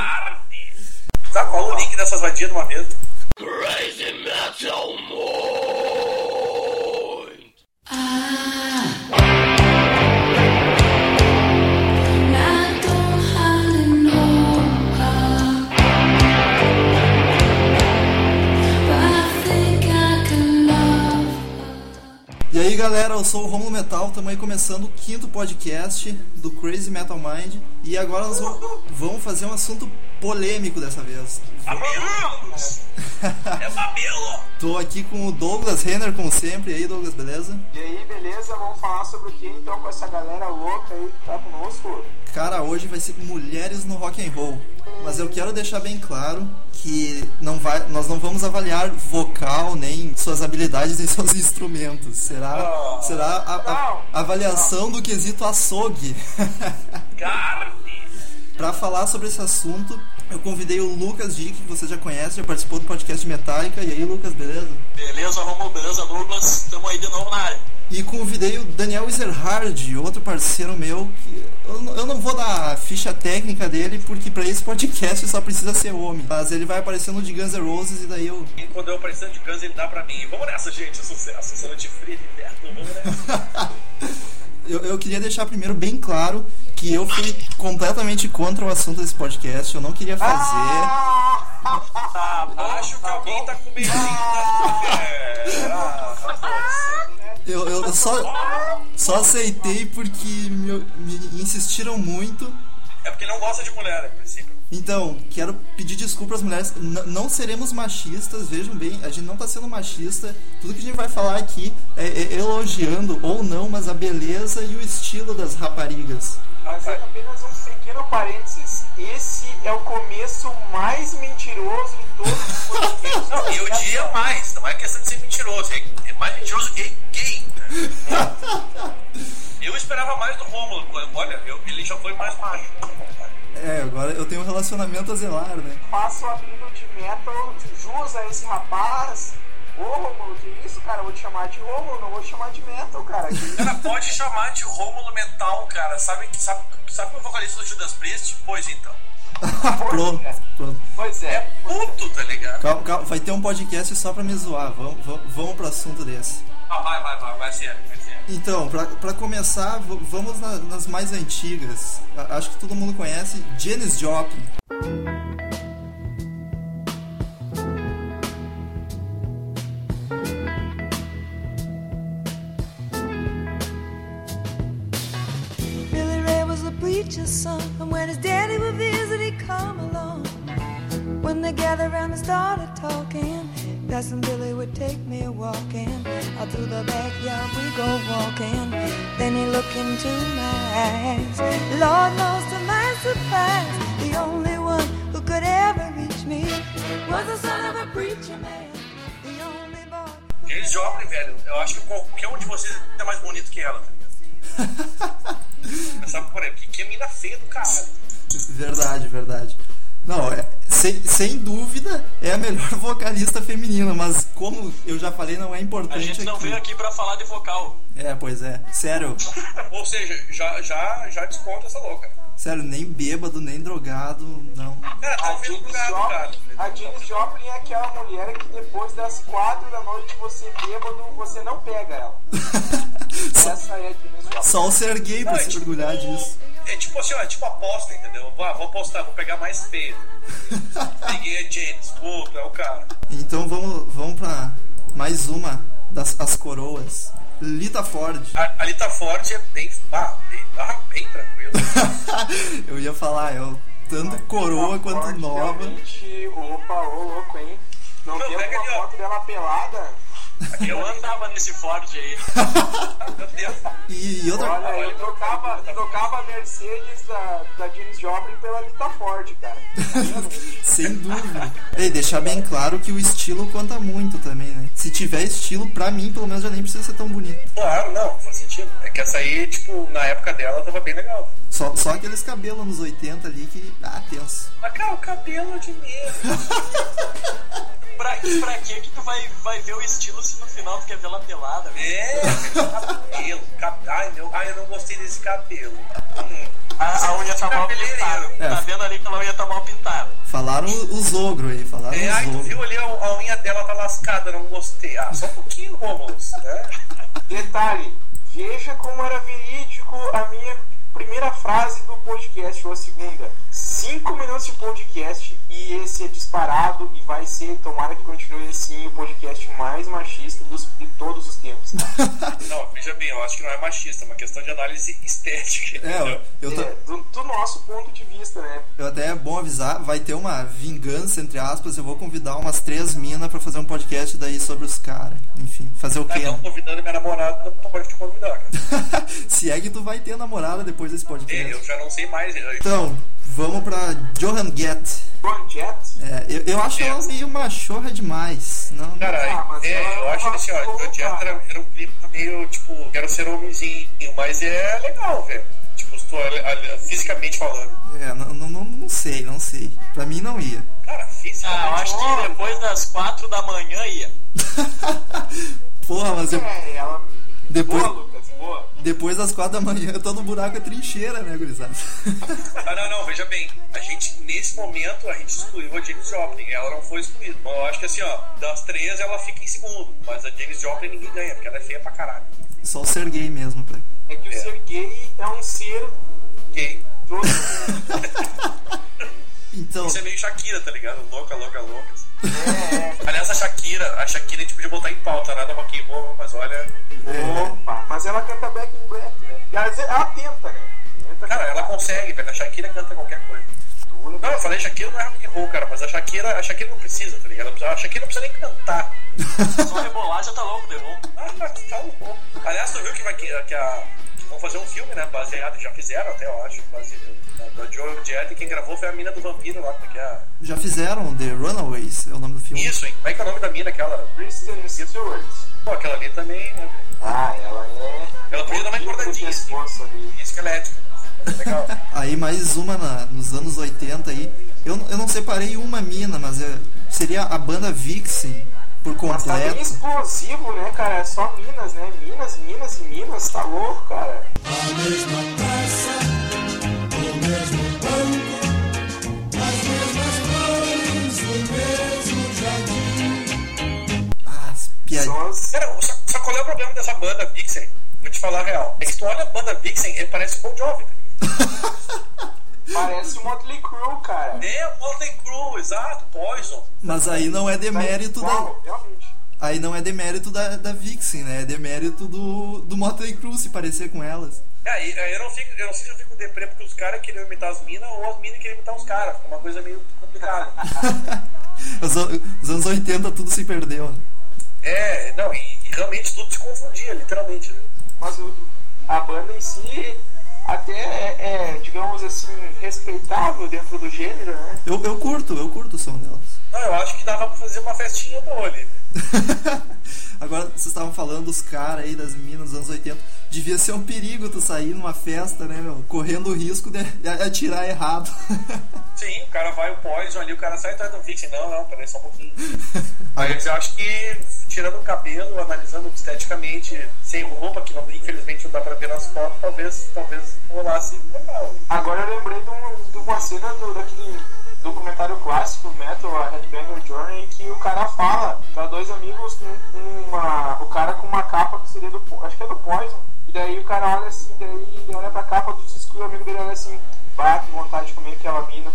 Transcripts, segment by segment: Carne! Tá qual o link dessas vadias numa mesa? Crazy Metal Mind! E aí galera, eu sou o Romo Metal, estamos aí começando o quinto podcast do Crazy Metal Mind e agora nós vamos- vamos fazer um assunto polêmico dessa vez. Mamilos! É mamilo! Tô aqui com o Douglas Renner, como sempre. E aí, Douglas, beleza? E aí, beleza? Vamos falar sobre o que então com essa galera louca aí que tá conosco? Cara, hoje vai ser mulheres no rock and roll. Mas eu quero deixar bem claro que não vai, nós não vamos avaliar vocal, nem suas habilidades, nem seus instrumentos. Será, será a, a- avaliação do quesito açougue. Carne! Pra falar sobre esse assunto, eu convidei o Lucas Dick, que você já conhece, já participou do podcast Metallica. E aí, Lucas, beleza? Beleza, Romulo, beleza, Douglas, estamos aí de novo na área. E convidei o Daniel Ezerhard, outro parceiro meu. Que eu, n- eu não vou dar a ficha técnica dele, porque pra esse podcast só precisa ser homem. Mas ele vai aparecer no de Guns N' Roses e daí eu. E quando eu precisando de Guns, ele dá pra mim. Vamos nessa, gente, é sucesso. Excelente frio de inverno, vamos nessa. Eu, eu queria deixar primeiro bem claro que eu fui completamente contra o assunto desse podcast. Eu não queria fazer. Tá bom, Acho que alguém tá com É. medinho da Eu, eu só, só aceitei porque me- me insistiram muito. É porque não gosta de mulher, a princípio. Então, quero pedir desculpa às mulheres. N- não seremos machistas, vejam bem, a gente não tá sendo machista. Tudo que a gente vai falar aqui é, é elogiando ou não, mas a beleza e o estilo das raparigas. é Fazendo apenas um pequeno parênteses. Esse é o começo mais mentiroso de todos os podcasts. Não, eu diria mais, não é questão de ser mentiroso, é é mais mentiroso que gay. Eu esperava mais do Rômulo, olha, eu- ele já foi mais macho. É, agora eu tenho um relacionamento a zelar, né? Faço amigo de metal, de jus a esse rapaz. Ô, Romulo, que isso, cara? Eu vou te chamar de Romulo, não vou te chamar de metal, cara. Que- Cara, pode chamar de Rômulo Metal, cara, sabe, que- sabe, sabe o vocalista do Judas Priest? Pois então. Ah, pronto, pronto. Pois É é. puto, tá ligado? Calma, calma, vai ter um podcast só pra me zoar. Vamos, vamos, vamos pro assunto desse. Ah, vai, vai, vai, vai ser, vai ser. Então, pra, pra começar, v- vamos na- nas mais antigas. A- acho que todo mundo conhece Janis Joplin. Billy Ray was a preacher's son, and when his daddy would visit, he'd come along. When they gathered round and started talking, Cousin Billy would take me a walking. Out through the backyard we go walking. Then he looked into my eyes. Lord knows to my surprise, the only one who could ever reach me was the son of a preacher man. The only boy. who James could Joplin, é velho, eu acho que qualquer um de vocês é mais bonito que ela, tá ligado? Começar por aí, porque que mina feia do caralho. Verdade, verdade. Não, é, sem, sem dúvida é a melhor vocalista feminina, mas como eu já falei, não é importante. A gente não aqui. veio aqui pra falar de vocal. É, pois é. Sério, Ou seja, já, já, já desconta essa louca. sério, nem bêbado, nem drogado, não. Cara, A Ah, tá ouvindo Janis, lugar, cara. Joplin, a Janis Joplin é aquela mulher que depois das quatro da noite você bêbado, você não pega ela. Essa é a Janis Joplin. Só o ser gay pra Não, é se tipo- orgulhar disso. É tipo assim, ó, é tipo aposta, entendeu? Ah, vou apostar, vou pegar mais feio. Peguei a James, puta, é o cara. Então vamos, vamos pra mais uma das as coroas. Lita Ford. A, a Lita Ford é bem. Ah, bem, ah, bem tranquilo. eu ia falar, é o- tanto coroa Uma quanto forte, nova. realmente. Opa, ô louco, hein? Não Não, tem pega alguma ali, ó. foto dela pelada? Eu Eu ando. andava nesse Ford aí. um Ah, Meu Deus. E, e outra. Olha, eu trocava, eu trocava a Mercedes da, da James Joplin pela Lita Ford, cara. Sem dúvida. E deixar bem claro que o estilo conta muito também, né? Se tiver estilo, pra mim, pelo menos já nem precisa ser tão bonito. Claro, não, faz sentido. É que essa aí, tipo, na época dela tava bem legal. Só, só aqueles cabelos nos 80 ali que. Ah, tenso. Mas, cara, o cabelo de né? mesmo. Pra, pra que que tu vai, vai ver o estilo se no final tu quer ver ela pelada, velho? É, cabelo. Cab... Ai, meu. Ai, eu não gostei desse cabelo. Hum. A, a unha tá mal pintada. Cabeleireiro. Tá vendo ali que ela unha tá mal pintada. Falaram os ogro aí, falaram É, ai, os tu ogro. viu ali a, a unha dela tá lascada, não gostei. Ah, só um pouquinho, Romulus. né? Detalhe, veja como era verídico a minha primeira frase do podcast, ou a segunda. Cinco minutos de podcast e esse é disparado e vai ser, tomara que continue assim, o podcast mais machista dos, de todos os tempos. tá? Não, veja bem, eu acho que não é machista, é uma questão de análise estética. É, entendeu? eu, eu tô- É, do, do nosso ponto de vista, né? eu até é bom avisar, vai ter uma vingança, entre aspas, eu vou convidar umas três minas pra fazer um podcast daí sobre os caras. Enfim, fazer o Ah, quê? estão né? convidando minha namorada, pode te convidar, cara. Se é que tu vai ter namorada depois desse É, Eu podcast. já não sei mais. eu- Então, vamos pra Johan Get. Bon Jet? É, eu, eu acho ela meio machorra demais. Não, Cara, Ah, mas é, ela eu acho que assim, ó, arrasou, o Jet era, era um clima meio, tipo, quero ser homenzinho, mas é legal, velho. Tipo, estou, ali- ali- fisicamente falando. é, não, não, não, não sei, não sei. Pra mim não ia. Cara, Ah, eu fisicamente. acho que depois das quatro da manhã ia. Porra, mas eu- É, ela. depois, Boa, Lucas, boa. depois das quatro da manhã eu tô no buraco é trincheira, né, gurizada? Ah, não, não, veja bem. A gente, nesse momento, a gente excluiu a James Joplin. Ela não foi excluída. Bom, eu acho que assim, ó, das três ela fica em segundo. Mas a James Joplin ninguém ganha, porque ela é feia pra caralho. Só o ser gay mesmo, velho. É que o É. ser gay é um ser Gay. do outro mundo. Então, Isso é meio Shakira, tá ligado? Louca, louca, louca. É, Aliás, a Shakira, a Shakira a gente podia botar em pauta, nada rock and roll, mas olha. é. Opa, mas ela canta back in black, né? Ela, ela tenta, né? Tenta Cara, ela cantar. consegue, velho. A Shakira canta qualquer coisa. Dura, Não, eu falei Shakira não é rock and roll, cara, mas a Shakira, a Shakira não precisa, tá ligado? A Shakira não precisa nem cantar. Só rebolar já tá louco, de novo. Ah, que tá louco. Aliás, tu viu que, vai, que, que a. Vão fazer um filme, né? Baseado, já fizeram até, eu acho. Baseado, da da Joe Jett, e quem gravou foi a mina do vampiro lá, como é que é? já fizeram The Runaways, é o nome do filme. Isso, hein? Como é que é o nome da mina aquela? Kristen Stewart. Pô, aquela ali também, né? velho? Ah, ela é. Ela podia dar uma engordadinha, assim. Pescoço ali. E esquelética. Mas é Legal. Aí mais uma na- nos anos 80 aí. Eu, não- eu não separei uma mina, mas é- seria a banda Vixen por Mas tá bem completo. explosivo, né, cara? É só Minas, né? Minas, Minas e Minas, tá louco, cara? Ah, as piadinhas. São as- Cara, só, só qual é o problema dessa banda Vixen? Vou te falar a real. É que tu olha a banda Vixen, ele parece o Bon Jovi. né? Parece o Motley Crue, cara. É, Motley Crue, exato, Poison. Mas aí não Então, é demérito da, Uau, realmente. Aí não é demérito da, da Vixen, né? É demérito do, do Motley Crue se parecer com elas. É, e- aí eu não, fico, eu não sei se eu fico deprê porque os caras queriam imitar as minas ou as minas queriam imitar os caras. Fica uma coisa meio complicada. Os, an- os anos 80 tudo se perdeu. né? é, não, e, e realmente tudo se confundia, literalmente. né? Mas o- a banda em si até é, é, digamos assim, respeitável dentro do gênero, né? Eu, eu curto, eu curto o som delas. Não, eu acho que dava pra fazer uma festinha boa ali. Agora, vocês estavam falando dos caras aí, das meninas dos anos 80. Devia ser um perigo tu sair numa festa, né, meu? Correndo o risco de de atirar errado. Sim, o cara vai, o Poison ali, o cara sai atrás do Vixen. Não, não, peraí só um pouquinho. Mas eu acho que, tirando o cabelo, analisando esteticamente, sem roupa, que não, infelizmente não dá pra ver nas fotos, talvez, talvez rolasse legal. Agora eu lembrei de, um- de uma cena do, daquele documentário clássico Metal, a Headbanger Journey, que o cara fala pra dois amigos, um- uma, o cara com uma capa que seria do Po- acho que é do Poison, e daí o cara olha assim, daí ele olha pra capa do disco e o amigo dele olha assim, bah, que vontade de comer aquela mina.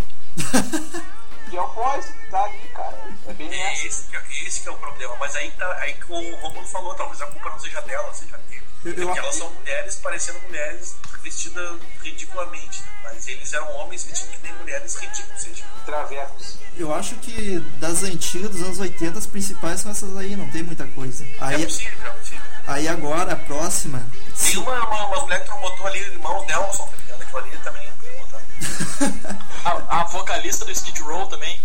e é o Poison que tá ali, cara. É bem É essa. esse que, é- esse que é o problema. Mas aí, tá, aí que o Romulo falou, talvez a culpa não seja dela, seja dele. Eu- eu Porque elas são mulheres parecendo mulheres vestidas ridiculamente. né? Mas eles eram homens vestidos que nem mulheres ridículas, seja. Travecos. Eu acho que das antigas, dos anos 80, as principais são essas aí, não tem muita coisa. É Aí, possível, é possível. aí agora, a próxima. Tem uma, uma, uma mulher que botou ali, irmão Nelson, tá ligado? Aquilo ali também não tem botar. A, a vocalista do Skid Row também.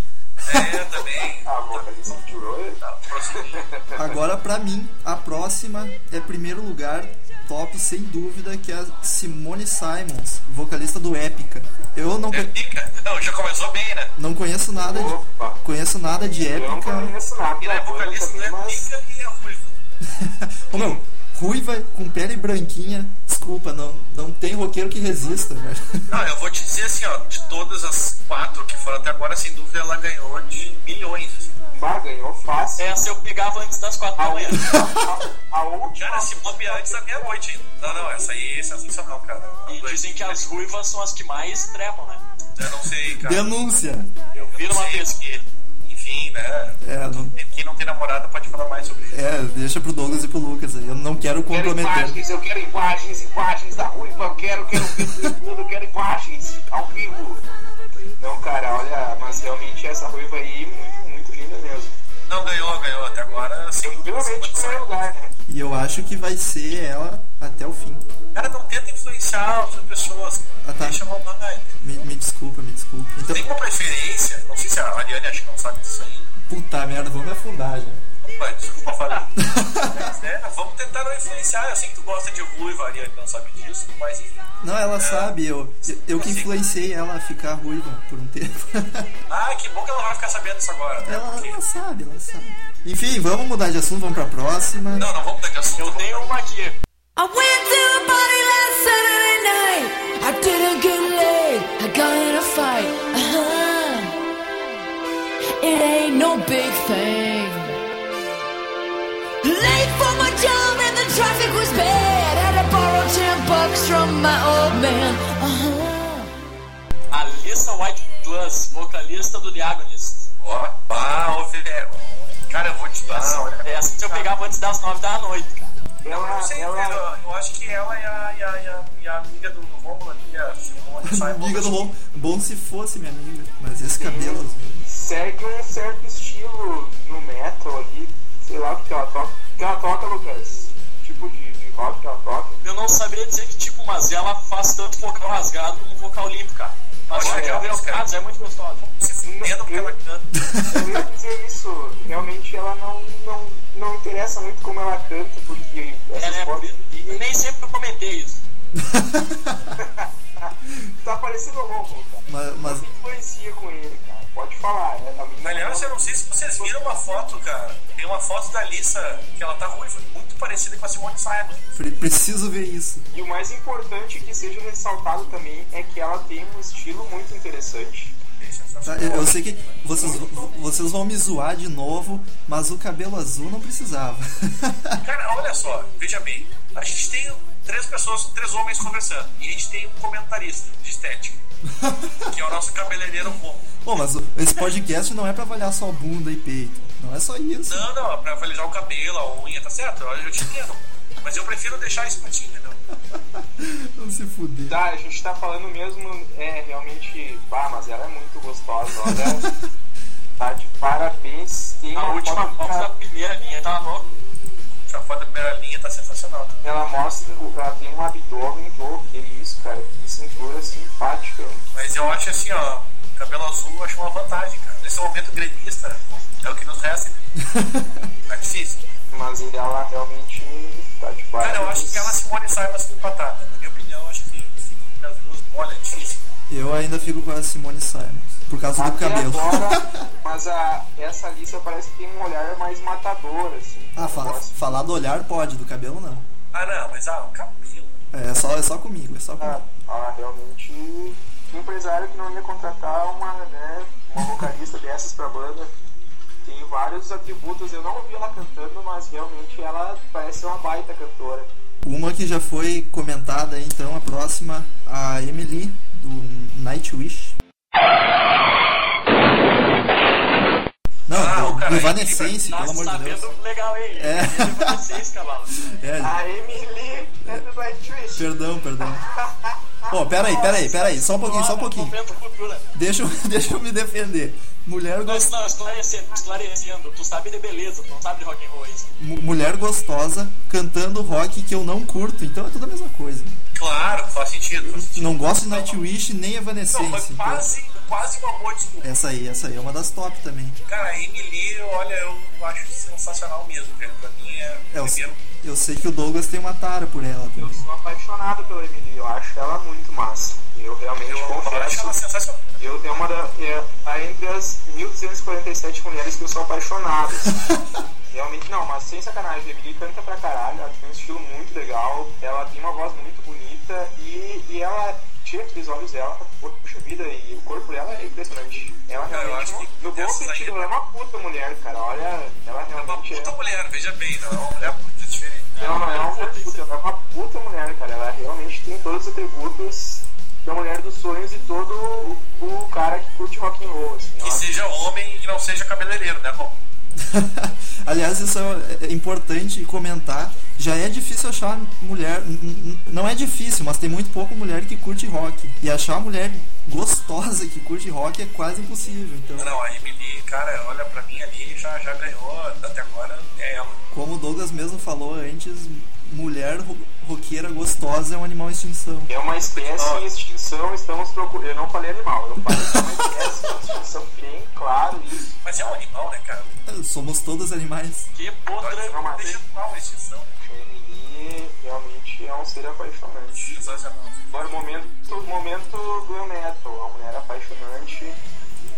É, também. Ah, vocalista de Roy. Tá, prosseguindo. Agora, pra mim, a próxima é primeiro lugar, top sem dúvida, que é a Simone Simons, vocalista do Épica. Eu não, É co- pica? Não, já começou bem, né? não conheço nada de, Opa. conheço nada de Eu não Épica. conheço nada. Ele é da banda vocalista, também, né? mas- Pica e é ruivo. Ô meu, ruiva, com pele branquinha. Desculpa, não, não tem roqueiro que resista, velho. Não, eu vou te dizer assim, ó, de todas as quatro que foram até agora, sem dúvida ela ganhou de milhões. assim. Bah, ganhou fácil. Essa É, eu pegava antes das quatro da A manhã. última. A, a última. Cara, se bobear antes da meia-noite, hein? Não, não, essa aí é sensacional, cara. E dizem que as ruivas são as que mais trepam, né? Eu não sei, Tá. cara. Denúncia. Eu Vira uma pesquisa. Enfim, né? É, não- Quem não tem namorada pode falar mais sobre isso. é, deixa pro Douglas e pro Lucas aí. Eu não quero Quero comprometer. imagens, eu quero imagens, imagens da ruiva, eu quero, quero ver tudo, eu quero imagens ao vivo. Não, cara, olha, mas realmente essa ruiva aí, muito, muito linda mesmo. Não ganhou, ganhou até agora. Sem dúvida, sem Tranquilamente em condições. primeiro lugar, né? E eu acho que vai ser ela até o fim. né? Cara, não tenta influenciar outras pessoas. Ah, tá. Deixa rolar. entendeu? Me, me desculpa, me desculpa. Então, Tem uma preferência, não sei se a Ariane acho que não sabe disso ainda. puta merda, vamos me afundar já. Opa, desculpa falar. Mas, né, vamos tentar não influenciar. Eu sei que tu gosta de ruiva, Ariane não então sabe disso, mas enfim. Não, É. ela sabe, eu, eu, eu Assim. que influenciei ela a ficar ruiva por um tempo. Ah, que bom que ela vai ficar sabendo isso agora. Né? ela, Porque- ela sabe, ela sabe. Enfim, vamos mudar de assunto, vamos pra próxima. Não, não vamos um mudar de assunto. Eu tenho uma aqui. I went to a party last Saturday night. I didn't get laid. I got in a fight. Uh-huh. It ain't no big thing. Late for my job and the traffic was bad. Had to borrow ten bucks from my old man. Uh-huh. Alissa White Plus, vocalista do The Agonist. Ó, pá, ô velho. Cara, eu vou te dar. olha. Essa É, eu pegava antes das nove da noite, cara. Não Ela, sei, velho. ela, Eu acho que ela e a, e a, e a, e a amiga do do Rômulo ali, a Simone Simon. Amiga do bom. Bom se fosse minha amiga. Mas esse cabelo. segue um certo estilo no metal ali, sei lá o que que ela toca. O que ela toca, Lucas? Tipo de, de rock que ela toca. Eu não saberia dizer que tipo, mas ela faz tanto vocal rasgado como vocal limpo, cara. Mas Olha, Olha, é, é, mas, cara. é muito gostosa. Entendo porque ela canta. Eu ia dizer é isso, realmente ela não, não, não interessa muito como ela canta, porque Ela essas é fotos bonita. aqui Nem sempre eu comentei isso. tá parecendo o Romulo, cara. Mas, mas Me influencia com ele, cara. Pode falar. é, A menina Aliás, eu não sei se vocês viram uma foto, cara. Tem uma foto da Lissa que ela tá ruiva, muito parecida com a Simone Simon. pre- preciso ver isso. E o mais importante que seja ressaltado também é que ela tem um estilo muito interessante. tá? Eu, eu sei que vocês, vocês vão me zoar de novo, mas o cabelo azul não precisava. Cara, olha só, veja bem. A gente tem três pessoas, três homens conversando. E a gente tem um comentarista de estética. que é o nosso cabeleireiro bom. Bom, mas o- esse podcast não é pra avaliar só bunda e peito. Não é só isso. Não, não, pra valijar o cabelo, a unha, tá certo? Eu, eu te entendo. Mas eu prefiro deixar isso pra ti, entendeu? Não se fuder. Tá, a gente tá falando mesmo, é realmente. Bah, mas ela é muito gostosa, olha. tá de parabéns. Tem A uma última foto foto que da ela- primeira linha tá louco. A foto da primeira linha tá sensacional. Ela mostra, ela tem um abdômen, pô, que isso, cara, que cintura simpática. Mas eu acho assim, ó, cabelo azul eu acho uma vantagem, cara. Nesse momento gremista, é o que nos resta. Tá difícil. Mas ela realmente tá de parabéns. Cara, eu acho que ela se Simone Simons com batata. Na minha opinião, eu acho que fica as duas. Olha, é difícil. Eu ainda fico com a Simone Simons. Por causa do Até Tá cabelo. agora, mas a, essa lista parece que tem um olhar mais matador, assim. Ah, fala- Nossa, falar do olhar pode, do cabelo não. Ah, não, mas ah, o cabelo. É só, é só comigo, é só Ah, comigo. ah, realmente um empresário que não ia contratar uma, né, uma vocalista dessas pra banda. Tem vários atributos, eu não ouvi ela cantando, mas realmente ela parece ser uma baita cantora. Uma que já foi comentada, então, a próxima, a Emily, do Nightwish. Não, Ah, cara, do, do Emily Evanescence, Tá pelo amor de Deus. sabendo legal, hein? É. Vocês, cavalo. É, A Emily é do Nightwish. perdão, perdão. Pô, peraí, peraí, peraí, só um pouquinho, só um pouquinho. Momento cultura. Deixa eu, deixa eu me defender. Mulher, gos- Mas não, esclarecendo, esclarecendo. Tu sabe de beleza, tu não sabe de rock and roll. é Isso. mu- mulher gostosa cantando rock que eu não curto, então é tudo a mesma coisa. Claro, faz sentido. Faz sentido. Não gosto de Nightwish nem Não, Evanescence. foi então- quase, quase um amor de tudo. Essa aí, essa aí é uma das top também. Cara, a Emily, olha, eu acho sensacional mesmo, cara. Pra mim é, É, eu, primeiro. eu sei que o Douglas tem uma tara por ela Eu também. sou apaixonado pela Emily, eu acho ela muito massa. Eu realmente Eu acho ela confesso. sensacional. Eu é uma da, é, tá entre as 1247 mulheres que eu sou apaixonado. realmente Não, mas sem sacanagem, a Billy canta pra caralho, ela tem um estilo muito legal, ela tem uma voz muito bonita e, e ela tira aqueles olhos dela, puxa vida, e o corpo dela é impressionante. Ela Cara, eu realmente, acho que no bom essa sentido, aí- ela é uma puta mulher, cara, olha, ela É uma realmente puta é... mulher, veja bem, não é uma mulher muito diferente. Ela não é uma puta, ela é uma puta mulher, cara, ela realmente tem todos os atributos da mulher dos sonhos e todo o, o cara que curte rock and roll, assim, Que ela- seja homem e não seja cabeleireiro, né, Romulo? Aliás, isso é é importante comentar. Já é difícil achar mulher. n- n- Não é difícil, mas tem muito pouco mulher que curte rock. E achar mulher gostosa que curte rock é quase impossível. Então, Não, a Emily, cara, olha pra mim ali, já, já ganhou, até agora é ela. como o Douglas mesmo falou antes, mulher ro- roqueira gostosa é um animal em extinção. É uma espécie Ó. em extinção, estamos procurando. Eu não falei animal, eu falei que é uma espécie em extinção, bem claro isso. Mas é um animal, né, cara? Somos todos animais. Que podre. Não, mas é Deixa mal a extinção, né? Emily realmente é um ser apaixonante. Sensacional. Agora, momento, momento glam metal, a mulher apaixonante.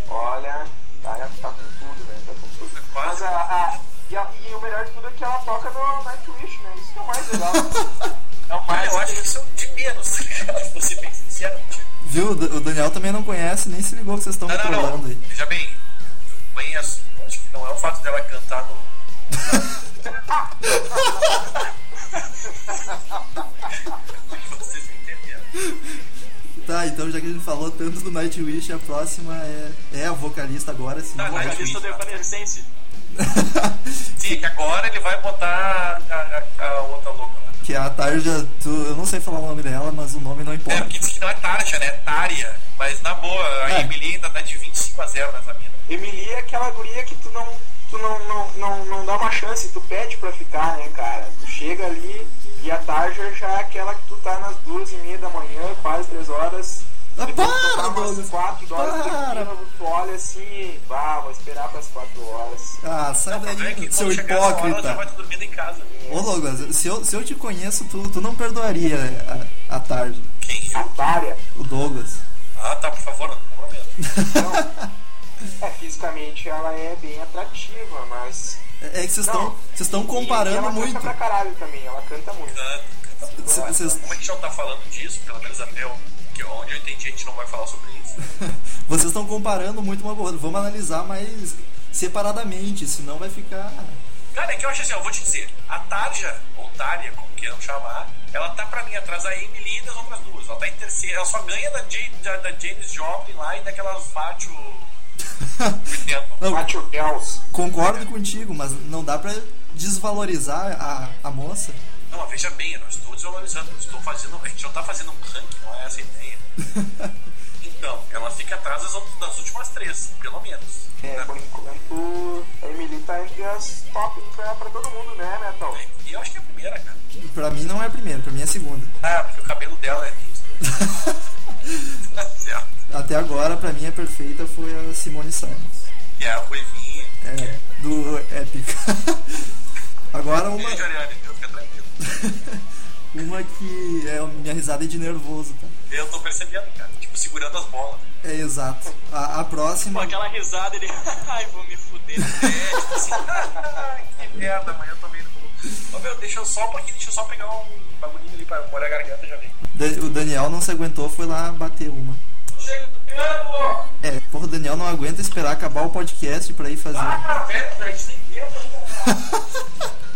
Olha, tá, tá com tudo, né? Tá com tudo. Mas Quase. a. a- e, a- e o melhor de tudo é que ela toca no Nightwish, né? Isso que é o mais legal. Não, mas eu acho que isso é de menos, cara, pra ser bem sincero. contigo. Viu? O Da- O Daniel também não conhece, nem se ligou que vocês estão me Não, não, trolando não. aí. Veja bem, eu conheço. Eu Acho que não é o fato dela cantar no. Vocês me entenderam. Tá, então já que a gente falou tanto do Nightwish, a próxima é, é a vocalista agora, sim. Tá, A lista do Evanescence. Sim, é que agora ele vai botar a, a- a outra louca lá. Que é a Tarja, tu, eu não sei falar o nome dela, mas o nome não É, importa. porque diz que não é Tarja, né? É Tária. Mas na boa, a É. Emily ainda tá de 25 a 0 nessa mina. Emily é aquela guria que tu não, tu não, não, não, não dá uma chance, tu pede pra ficar, né, cara? Tu chega ali e a Tarja já é aquela que tu tá nas duas e meia da manhã, quase três horas. É, Ah, Depois tu para, tá umas Douglas, quatro horas para. tranquila, tu olha assim e bah, vou esperar pras quatro horas. Ah, sai É daí, que seu quando chegar essa hora, ela já vai hipócrita. estar dormindo em casa. Ô Douglas, se eu, se eu te conheço, tu, tu não perdoaria a, a Tarja, Quem? A Eu? Tária, o Douglas. Ah, tá, por favor, não comprometo. é, fisicamente ela é bem atrativa, mas. É é que vocês estão Não. vocês estão e comparando ela muito. canta pra caralho também, ela canta muito. C- Vocês, Como a gente não tá falando disso, pelo menos até eu, que é onde eu entendi, a gente não vai falar sobre isso. vocês estão comparando muito uma com a outra. Vamos analisar mais separadamente, senão vai ficar. Cara, é que eu acho assim, ó, eu vou te dizer, a Tarja, ou Tária, como queiram chamar, ela tá pra mim atrás da Emily e das outras duas. Ela tá em terceiro, ela só ganha da, Jane, da, da James Joplin lá e daquelas Fátio. Não, Matthew Bells. concordo contigo, mas não dá pra desvalorizar a, a moça. Não, mas veja bem, eu não estou desvalorizando, eu estou fazendo. A gente não tá fazendo um ranking, não é essa a ideia. Então, ela fica atrás das, outras- das últimas três, pelo menos. É, por enquanto a Emily tá entre as top pra, pra todo mundo, né, Metal? E eu acho que é a primeira, cara. Pra mim não é a primeira, pra mim é a segunda. Ah, porque o cabelo dela é liso. tá certo. Até agora, pra mim, a perfeita foi a Simone Simons. E a ruivinha. É, do Epic. Agora uma, Beijo, Ariane, viu? Fica tranquilo. uma que é a minha risada é de nervoso, tá? Eu tô percebendo, cara. Tipo, segurando as bolas. É exato. A, a Com próxima. aquela risada, ele. Ai, vou me fuder. É, tipo assim, "Ah, que merda, amanhã eu tô vendo. Ô, meu, deixa eu só um pouquinho, deixa eu só pegar um bagulhinho ali pra molhar a garganta já vem. Da- O Daniel não se aguentou, foi lá bater uma. Chega do tempo! É, porra, o Daniel não aguenta esperar acabar o podcast pra ir fazer. Ah, velho, a gente tem tempo.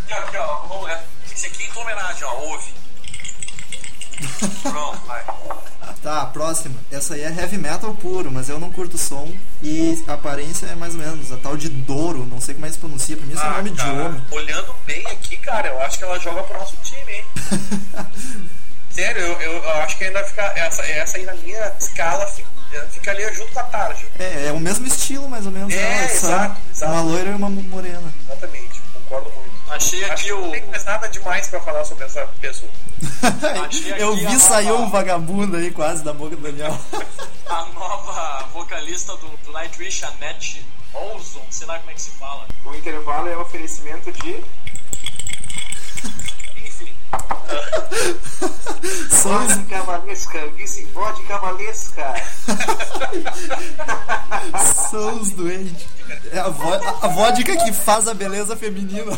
Cara, aqui, ó, vamos lá. Esse aqui é em tua homenagem, ó, ouve. Pronto, vai. Tá, a próxima. Essa aí é heavy metal puro, mas eu não curto o som. E a aparência é mais ou menos. A tal de Douro, não sei como é que se pronuncia. Pra mim isso é nome de Ah, cara, homem. Olhando bem aqui, cara, eu acho que ela joga pro nosso time, hein? Sério, eu, eu- eu acho que ainda fica. Essa, essa aí na minha escala fica, fica ali junto com a tarja. É, é o mesmo estilo, mais ou menos. É, né? Essa- exato, exato. Uma loira e uma morena. Exatamente, concordo muito. Achei Acho aqui que o. não tem mais nada demais pra falar sobre essa pessoa. Achei Eu aqui vi a saiu nova- um vagabundo aí quase da boca do Daniel. A nova vocalista do, do Nightwish, a Nat Olson, sei lá como é que se fala. O intervalo é oferecimento de. Enfim, Sons, Vale cavalesca, vice vodka cavalesca. sons doentes. cara. É a, vo a, a vodka que faz a beleza feminina.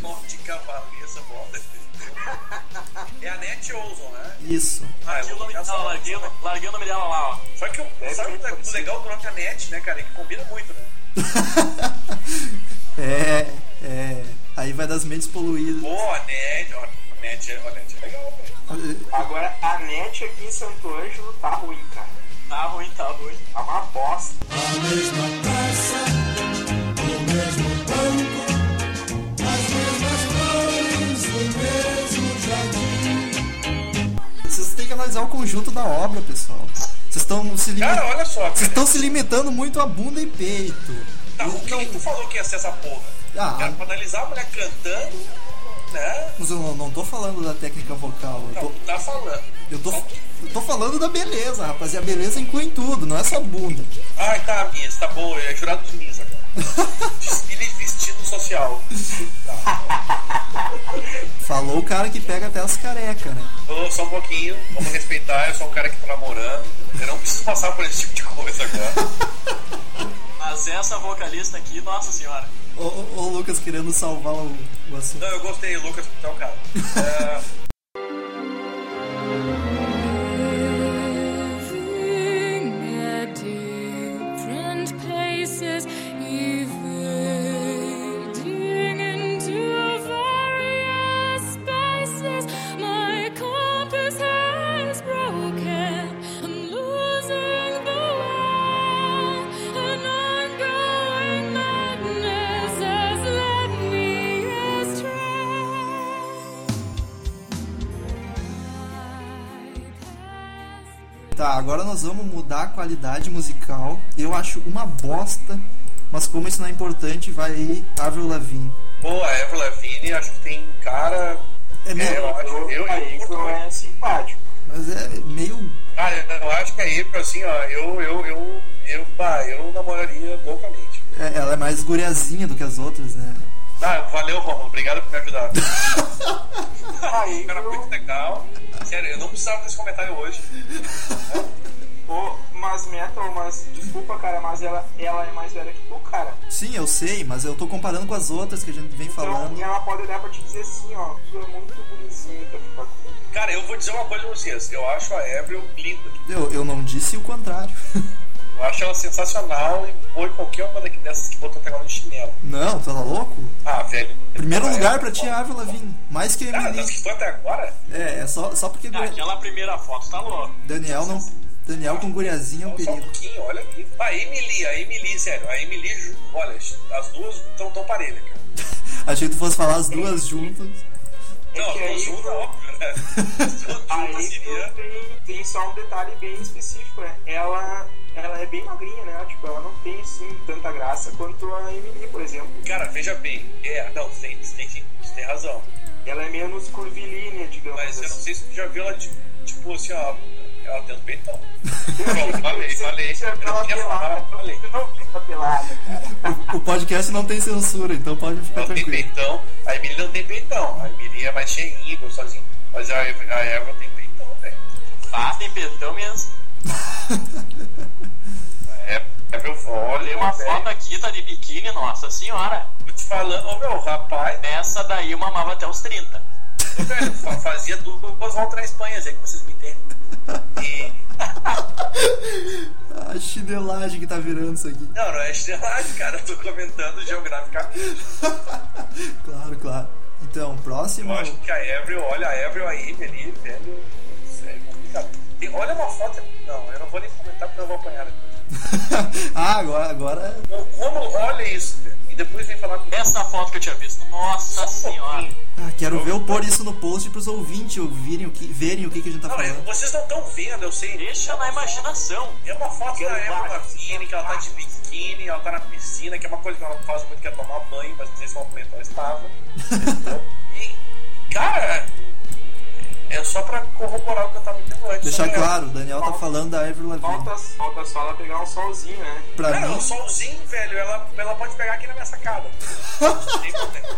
Vodka, beleza, foda. É a Net Olson, né? Isso. Ah, Larguei eu vou o nome- pegar não, só. larguei o- larguei o nome dela lá, ó. Só que eu, sabe o que é legal do nome da Net, né, cara? É Que combina muito, né? É, é. Aí vai das mentes poluídas. Pô, a Net, ó, a Net, é- a Net é legal, velho. Agora, a net aqui em Santo Ângelo tá ruim, cara. Tá ruim, tá ruim. Tá uma bosta. Vocês têm que analisar o conjunto da obra, pessoal. Vocês estão se Cara, limitando. olha só, Vocês cara. estão se limitando muito a bunda e peito. Tá, o que que tu falou que ia ser essa porra? Ah. Era pra analisar a mulher cantando, né? Mas eu não, não tô falando da técnica vocal. Eu Não, tô, tu tá falando. eu tô, eu tô falando da beleza, rapaz. E a beleza inclui em tudo, não é só bunda. Ai, tá, Miss, tá bom, é jurado dos Miss agora. Desfile de vestido social. Falou o cara que pega até as carecas, né? Ô, só um pouquinho, vamos respeitar, eu sou um cara que tá namorando. Eu não preciso passar por esse tipo de coisa agora. Mas essa vocalista aqui, nossa senhora. Ô, ô, ô, Lucas querendo salvar o, o assunto. Não, eu gostei, Lucas, porque é o cara. É, Moving at different paces, evading into various spaces. My compass has broken. I'm losing the way, an ongoing madness has led me astray. Tá, agora nós vamos mudar a qualidade musical. Eu acho uma bosta, mas como isso não é importante, vai aí Avril Lavigne. Boa, a Evelyn Lavigne, acho que tem cara. É meio, eu acho, eu, eu, aí curto não muito. é simpático. mas é meio Cara, eu acho que é April, assim, ó, eu, eu, eu, eu, bah, eu namoraria loucamente. É, Ela é mais guriazinha do que as outras, né? Ah, valeu, Romulo. Obrigado por me ajudar. Aí, Cara, eu- muito legal. Sério, eu não precisava desse comentário hoje. Ô, mas Metal, mas desculpa, cara, mas ela, ela é mais velha que tu, cara. Sim, eu sei, mas eu tô comparando com as outras que a gente vem falando. Então ela pode olhar pra te dizer assim, ó, tu é muito tá bonitinho pra ficar comigo. Cara, eu vou dizer uma coisa pra vocês. Eu acho a Avril linda. Eu, eu não disse o contrário. Eu acho ela sensacional e vou em qualquer uma daqui dessas que botou pegar no chinelo. Não, tá louco? Ah, velho. Primeiro Ela é lugar pra ti é foda. Avril Lavigne. Mais que Cara, Eminem. das que foi até agora? É, é só, só porque Ah, guria- Aquela primeira foto tá louca. Daniel não. Daniel com guriazinha é um Só um perigo. pouquinho, olha aqui. A Emily, a Emily, sério. A Emily, ju- olha, as duas estão tão parelhas, cara. Achei que tu fosse falar as duas juntas. É Não, que as duas aí, juntas, tu- óbvio, né? As duas juntas aí tá. seria... tu tem, tem só um detalhe bem específico, né? Ela, ela é bem magrinha, né? Tipo, ela não tem, assim, tanta graça quanto a Emily, por exemplo. Cara, veja bem. É, não, você tem, você tem, você tem razão. Ela é menos curvilínea, digamos Mas eu não assim. sei se tu já viu ela, tipo, tipo assim, ó. Ela tem um peitão. Eu achei que Falei, você- falei. você Eu não tava queria pelada. falar, falei. Eu não fica pelada, cara. O podcast não tem censura, então pode ficar Ela tem tranquilo. peitão. A Emily não tem peitão. A Emily é mais cheinha, gostosinha. Mas a, Ev- a Eva tem peitão, velho. Ah, tem pedão mesmo. É, é meu Tem olha, uma uma foto aqui, tá de biquíni, nossa senhora. Tô te falando, ô meu, rapaz, Essa daí eu mamava até os 30. ô, velho, fa- fazia du- duas voltas na Espanha, sei que vocês me entendem. E, A chinelagem que tá virando isso aqui. não, não é estelagem, cara, eu tô comentando geograficamente. Claro, claro. Então, próximo. Eu acho que a Avril, olha a Avril aí, ali, velho, isso é complicado. Tem- olha uma foto, não, eu não vou nem comentar porque eu vou apanhar né? depois. ah, agora, agora. Ô, Como, olha isso, velho, e depois vem falar comigo. Essa foto que eu tinha visto, nossa Só um senhora. pouquinho. Ah, quero ver eu pôr isso no post pros ouvintes ouvirem o que, verem o que, que a gente tá Não, é- falando. vocês não estão vendo, eu sei. Deixa na imaginação. É uma foto da Evelyn Lavigne, que ela tá de biquíni, ela tá na piscina, que é uma coisa que ela não faz muito, que é tomar banho, mas nesse momento ela estava. E, cara, é só pra corroborar o que eu tava dizendo antes. Deixar Né? claro, o Daniel tá falando da Avril Lavigne. Falta, falta só ela pegar um solzinho, né? Pra Cara, mim, o solzinho, velho, ela, ela pode pegar aqui na minha sacada. Tem problema.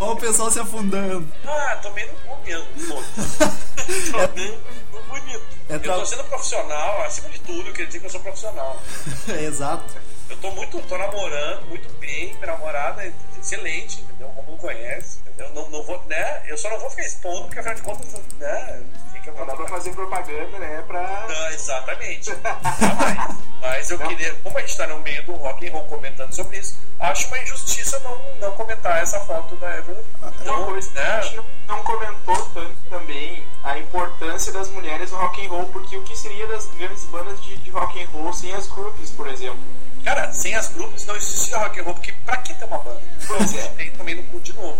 ó o pessoal se afundando. ah, tomei no cu mesmo. foda-se. Também ficou bonito. É Eu tra- tô sendo profissional, acima de tudo, eu queria dizer que eu sou profissional. É, exato. Eu tô muito, tô namorando, muito bem, minha namorada é excelente, entendeu? Como não conhece, entendeu? Não, não vou, né? Eu só não vou ficar expondo, porque afinal de contas, né? Fica Não Então dá pra fazer propaganda, né? Pra. não, Ah, exatamente. Jamais. Mas eu queria, como a gente tá no meio do rock and roll comentando sobre isso, acho uma injustiça não, não comentar essa foto da Evelyn. Uma Não, coisa que a gente né? não, não comentou tanto também a importância das mulheres no rock and roll, porque o que seria das grandes bandas de, de rock and roll sem as groupies, por exemplo? Cara, sem as grupos não existia rock and roll, porque pra que ter uma banda? Pois é. Tem também no cu de novo.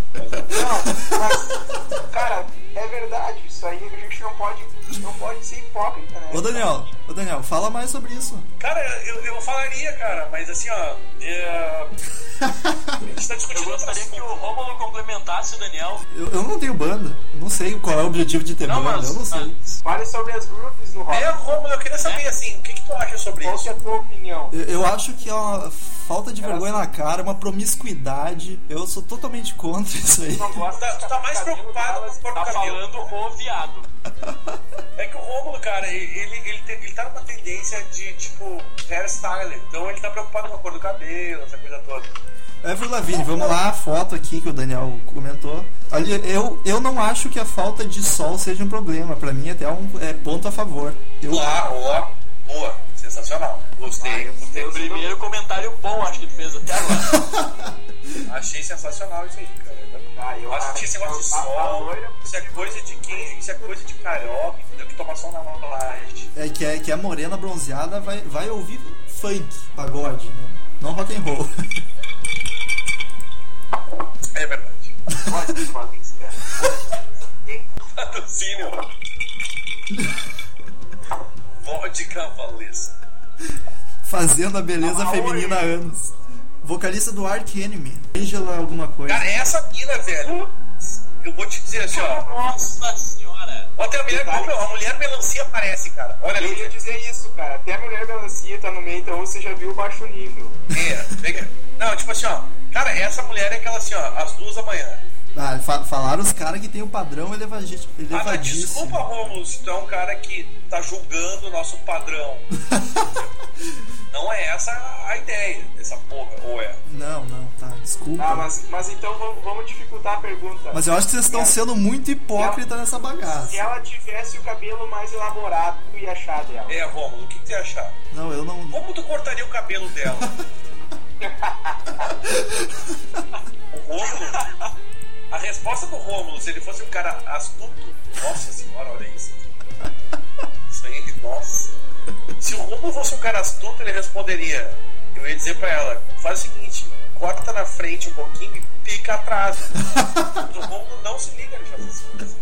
Não, mas, cara, é verdade, isso aí a gente não pode, não pode ser hipócrita, né? Ô Daniel, ô Daniel, fala mais sobre isso. Cara, eu, eu falaria, cara, mas assim, ó. é, A gente tá Eu discutindo outro gostaria que assunto. o Rômulo complementasse o Daniel. Eu, eu não tenho banda. Eu não sei qual é o objetivo de ter Não, banda. mas. Eu não sei. mas- Fale sobre as groupies no rock. É, Romulo, eu queria Né? saber, assim, o que, que tu acha sobre Qual que isso? é a tua opinião? Eu, eu acho que é uma falta de vergonha na cara, uma promiscuidade. Eu sou totalmente contra isso aí. Não gosta Tá- de tu tá mais cabelo preocupado delas, com o Tá cabelo. falando o viado. É que o Romulo, cara, ele, ele, tem- ele tá numa tendência de, tipo, hairstyler. Então ele tá preocupado com a cor do cabelo, essa coisa toda. Evelyn Lavigne, vamos lá, a foto aqui que o Daniel comentou. Ali, eu, eu não acho que a falta de sol seja um problema. Pra mim, até é um é ponto a favor. Eu, Lá, ó, boa, sensacional. Gostei, gostei. Primeiro comentário bom, acho que tu fez até agora. Achei sensacional isso aí, cara. Ah, eu Eu acho que esse negócio de a- a- a sol, loira- isso é coisa de quem, isso é coisa de carioca, entendeu? Que toma sol na laje. é, que, é, que a morena bronzeada vai, vai ouvir funk, pagode, né? não rock and roll. É verdade. Pode, pode, cara. Patrocínio. Vodka Valesa. Fazendo a beleza feminina há anos. Vocalista do Ark Enemy, Angela alguma coisa. Cara, é- essa mina, velho. Eu vou te dizer assim, ó. Nossa senhora. Olha a mulher, a mulher melancia aparece, cara. Olha Eu ia ali. dizer isso, cara. Até a mulher melancia tá no meio, então você já viu o baixo nível. É, pega- Não, tipo assim, ó. Cara, essa mulher é aquela assim, ó, às duas da manhã. Ah, fa- falaram os caras que tem o padrão elevadi- Ah, tá, elevadíssimo. desculpa, Romulo, se tu é um cara que tá julgando o nosso padrão. Não é essa a ideia dessa porra, ou é? não, não, tá, desculpa. Ah, mas, mas então vamos, vamos dificultar a pergunta. Mas eu acho que vocês é- estão sendo muito hipócrita nessa Se bagaça. ela tivesse o cabelo mais elaborado, tu ia achar dela. É, Romulo, o que, que você ia achar? Não, eu não. Como tu cortaria o cabelo dela? o Rômulo? A resposta do Rômulo, se ele fosse um cara astuto, nossa senhora, olha isso. Isso aí, nossa. Se o Rômulo fosse um cara astuto, ele responderia. Eu ia dizer pra ela, faz o seguinte, corta na frente um pouquinho e pica atrás. Mas o Rômulo não se liga de fazer essas coisas.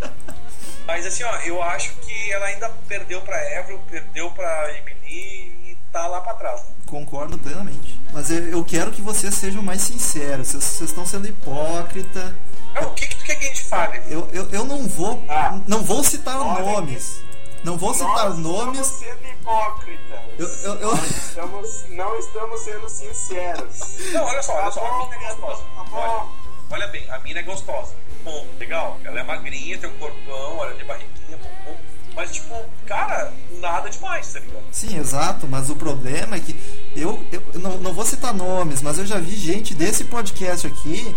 Mas assim, ó, eu acho que ela ainda perdeu pra Evelyn, perdeu pra Emily e tá lá pra trás. né? Concordo plenamente. Mas eu, eu quero que vocês sejam mais sinceros. Vocês vocês estão sendo hipócrita. Mas o que, que tu quer que a gente fale? Eu, eu, eu não vou. Ah. Não vou citar Olha nomes. Não vou citar Nós nomes. Estamos sendo hipócritas. Eu, eu, eu- Estamos, não estamos sendo sinceros. Não, olha só, Tá olha só, a bom, mina é gostosa. tá Olha, bom. olha bem, a mina é gostosa. Bom, legal. Ela é magrinha, tem um corpão, olha, tem barriguinha, bumbum. Mas, tipo, cara, nada demais, tá ligado? Sim, exato, mas o problema é que eu, eu eu não, não vou citar nomes, mas eu já vi gente desse podcast aqui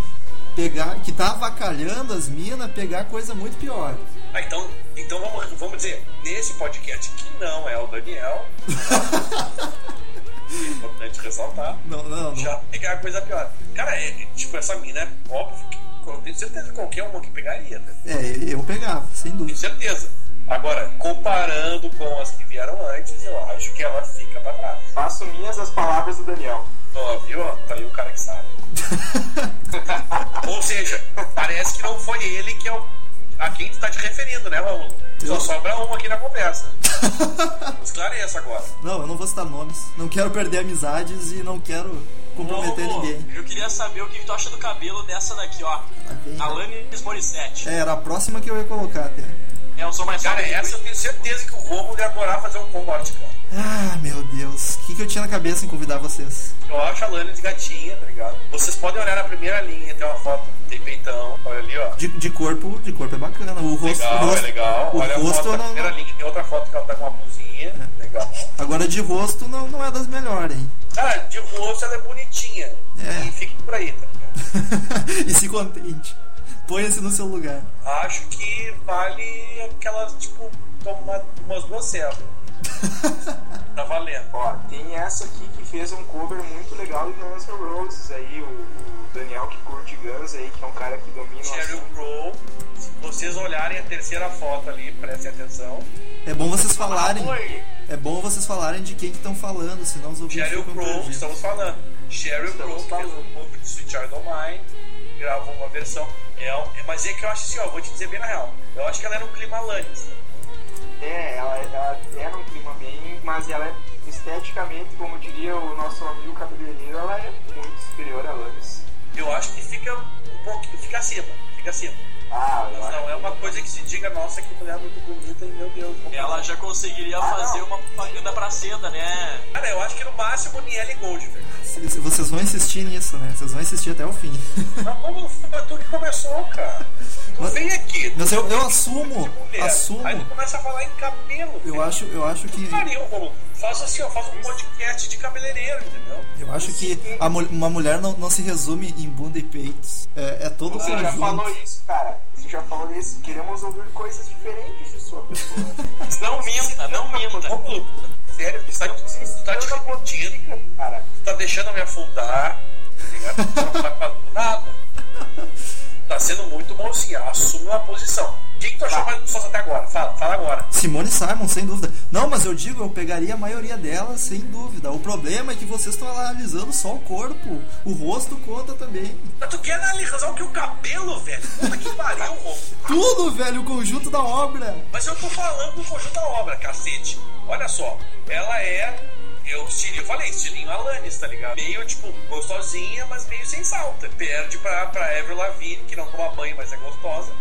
pegar que tá avacalhando as minas, pegar coisa muito pior. Ah, então, então vamos, vamos dizer, nesse podcast que não é o Daniel. é importante ressaltar. Não, não, não. Já pegar a coisa pior. Cara, é, é, tipo, essa mina é óbvio que eu tenho certeza que qualquer uma que pegaria, né? É, eu pegava, sem Tenho dúvida. certeza. Agora, comparando com as que vieram antes, eu acho que ela fica pra trás. Faço minhas as palavras do Daniel. Ó, viu? Tá aí o cara que sabe. Ou seja, parece que não foi ele que é o. a quem tu tá te referindo, né, Romulo? Só Eu- sobra uma aqui na conversa. Esclareça agora. Não, eu não vou citar nomes. Não quero perder amizades e não quero comprometer Rômulo, ninguém. eu queria saber o que tu acha do cabelo dessa daqui, ó. bem. Alanis Morissette. É, era a próxima que eu ia colocar até. É, eu sou mais Cara, jovem. essa eu tenho certeza que o Romulo ia adorar fazer um combote, cara. Ah, meu Deus. O que, que eu tinha na cabeça em convidar vocês? Eu acho a Lana de gatinha, tá ligado? Vocês podem olhar na primeira linha, tem uma foto, tem peitão, olha ali, ó. De, de corpo, de corpo é bacana. O rosto, Legal, o rosto é legal. O Olha a rosto foto eu da não, É. primeira linha, tem outra foto que ela tá com uma blusinha. Legal. Agora de rosto não, não é das melhores, hein? Ah, de rosto ela é bonitinha. É. E fique por aí, tá ligado? e se contente. Põe-se no seu lugar. Acho que vale aquela, tipo, tomar umas duas cepas. tá valendo. Ó, tem essa aqui que fez um cover muito legal de Guns N' Roses aí, o, o Daniel que curte Guns aí, que é um cara que domina o Sheryl assunto. Crow. Se vocês olharem a terceira foto ali, prestem atenção. É bom vocês falarem. Oi, É bom vocês falarem de quem que estão falando, senão os ouvintes Sheryl ficam Crow, perdidos. estamos falando. Sheryl Crow, Estamos que fez um cover de Sweet Child O' Mine, gravou uma versão. É, um- é- mas é que eu acho assim, ó, vou te dizer bem na real. Eu acho que ela era um clima Lannis. É, ela, ela era um clima bem, mas ela é esteticamente, como diria o nosso amigo cabeleireiro, ela é muito superior a Lannis. Eu acho que fica um pouquinho. Fica acima, fica acima. Ah, eu Mas acho- não é uma coisa que se diga, nossa, que mulher muito bonita e meu Deus. como- Ela já conseguiria Ah, fazer não. uma propaganda pra seda, né? Cara, eu acho que no máximo Niele Gold, velho. Se- se- Vocês vão insistir nisso, né? Vocês vão insistir até o fim. Mas como foi tu que começou, cara? Tu Mas- vem aqui. Mas tu eu, eu vem assumo, aqui, mulher. assumo. Aí tu começa a falar em cabelo. Eu velho. acho, eu acho que Pariu, Romulo. Faz assim, ó, faz um podcast de cabeleireiro, entendeu? eu acho que a mul- uma mulher não, não se resume em bunda e peitos. É, é todo o Você já falou conjunto. isso, cara. Você já falou isso. Queremos ouvir coisas diferentes de sua pessoa. Não minta, não minta. Romulo, sério, tu tá, tu tá te repetindo, cara. tu tá deixando eu me afundar, tá ligado? Tu não tá falando nada. Tá sendo muito bonzinha, assume uma posição. O que, que tu achou mais pessoas até agora? Fala, fala agora. Simone Simon, sem dúvida. Não, mas eu digo, eu pegaria a maioria delas, sem dúvida. O problema é que vocês estão analisando só o corpo. O rosto conta também. Mas tu quer analisar o que o cabelo, velho? Puta que pariu, Romulo. Tudo, velho, o conjunto da obra. Mas eu tô falando do conjunto da obra, cacete. Olha só, ela é. Eu, estilo- eu falei, estilinho Alanis, tá ligado? Meio, tipo, gostosinha, mas meio sem salta. Perde pra, pra Avril Lavigne, que não toma banho, mas é gostosa.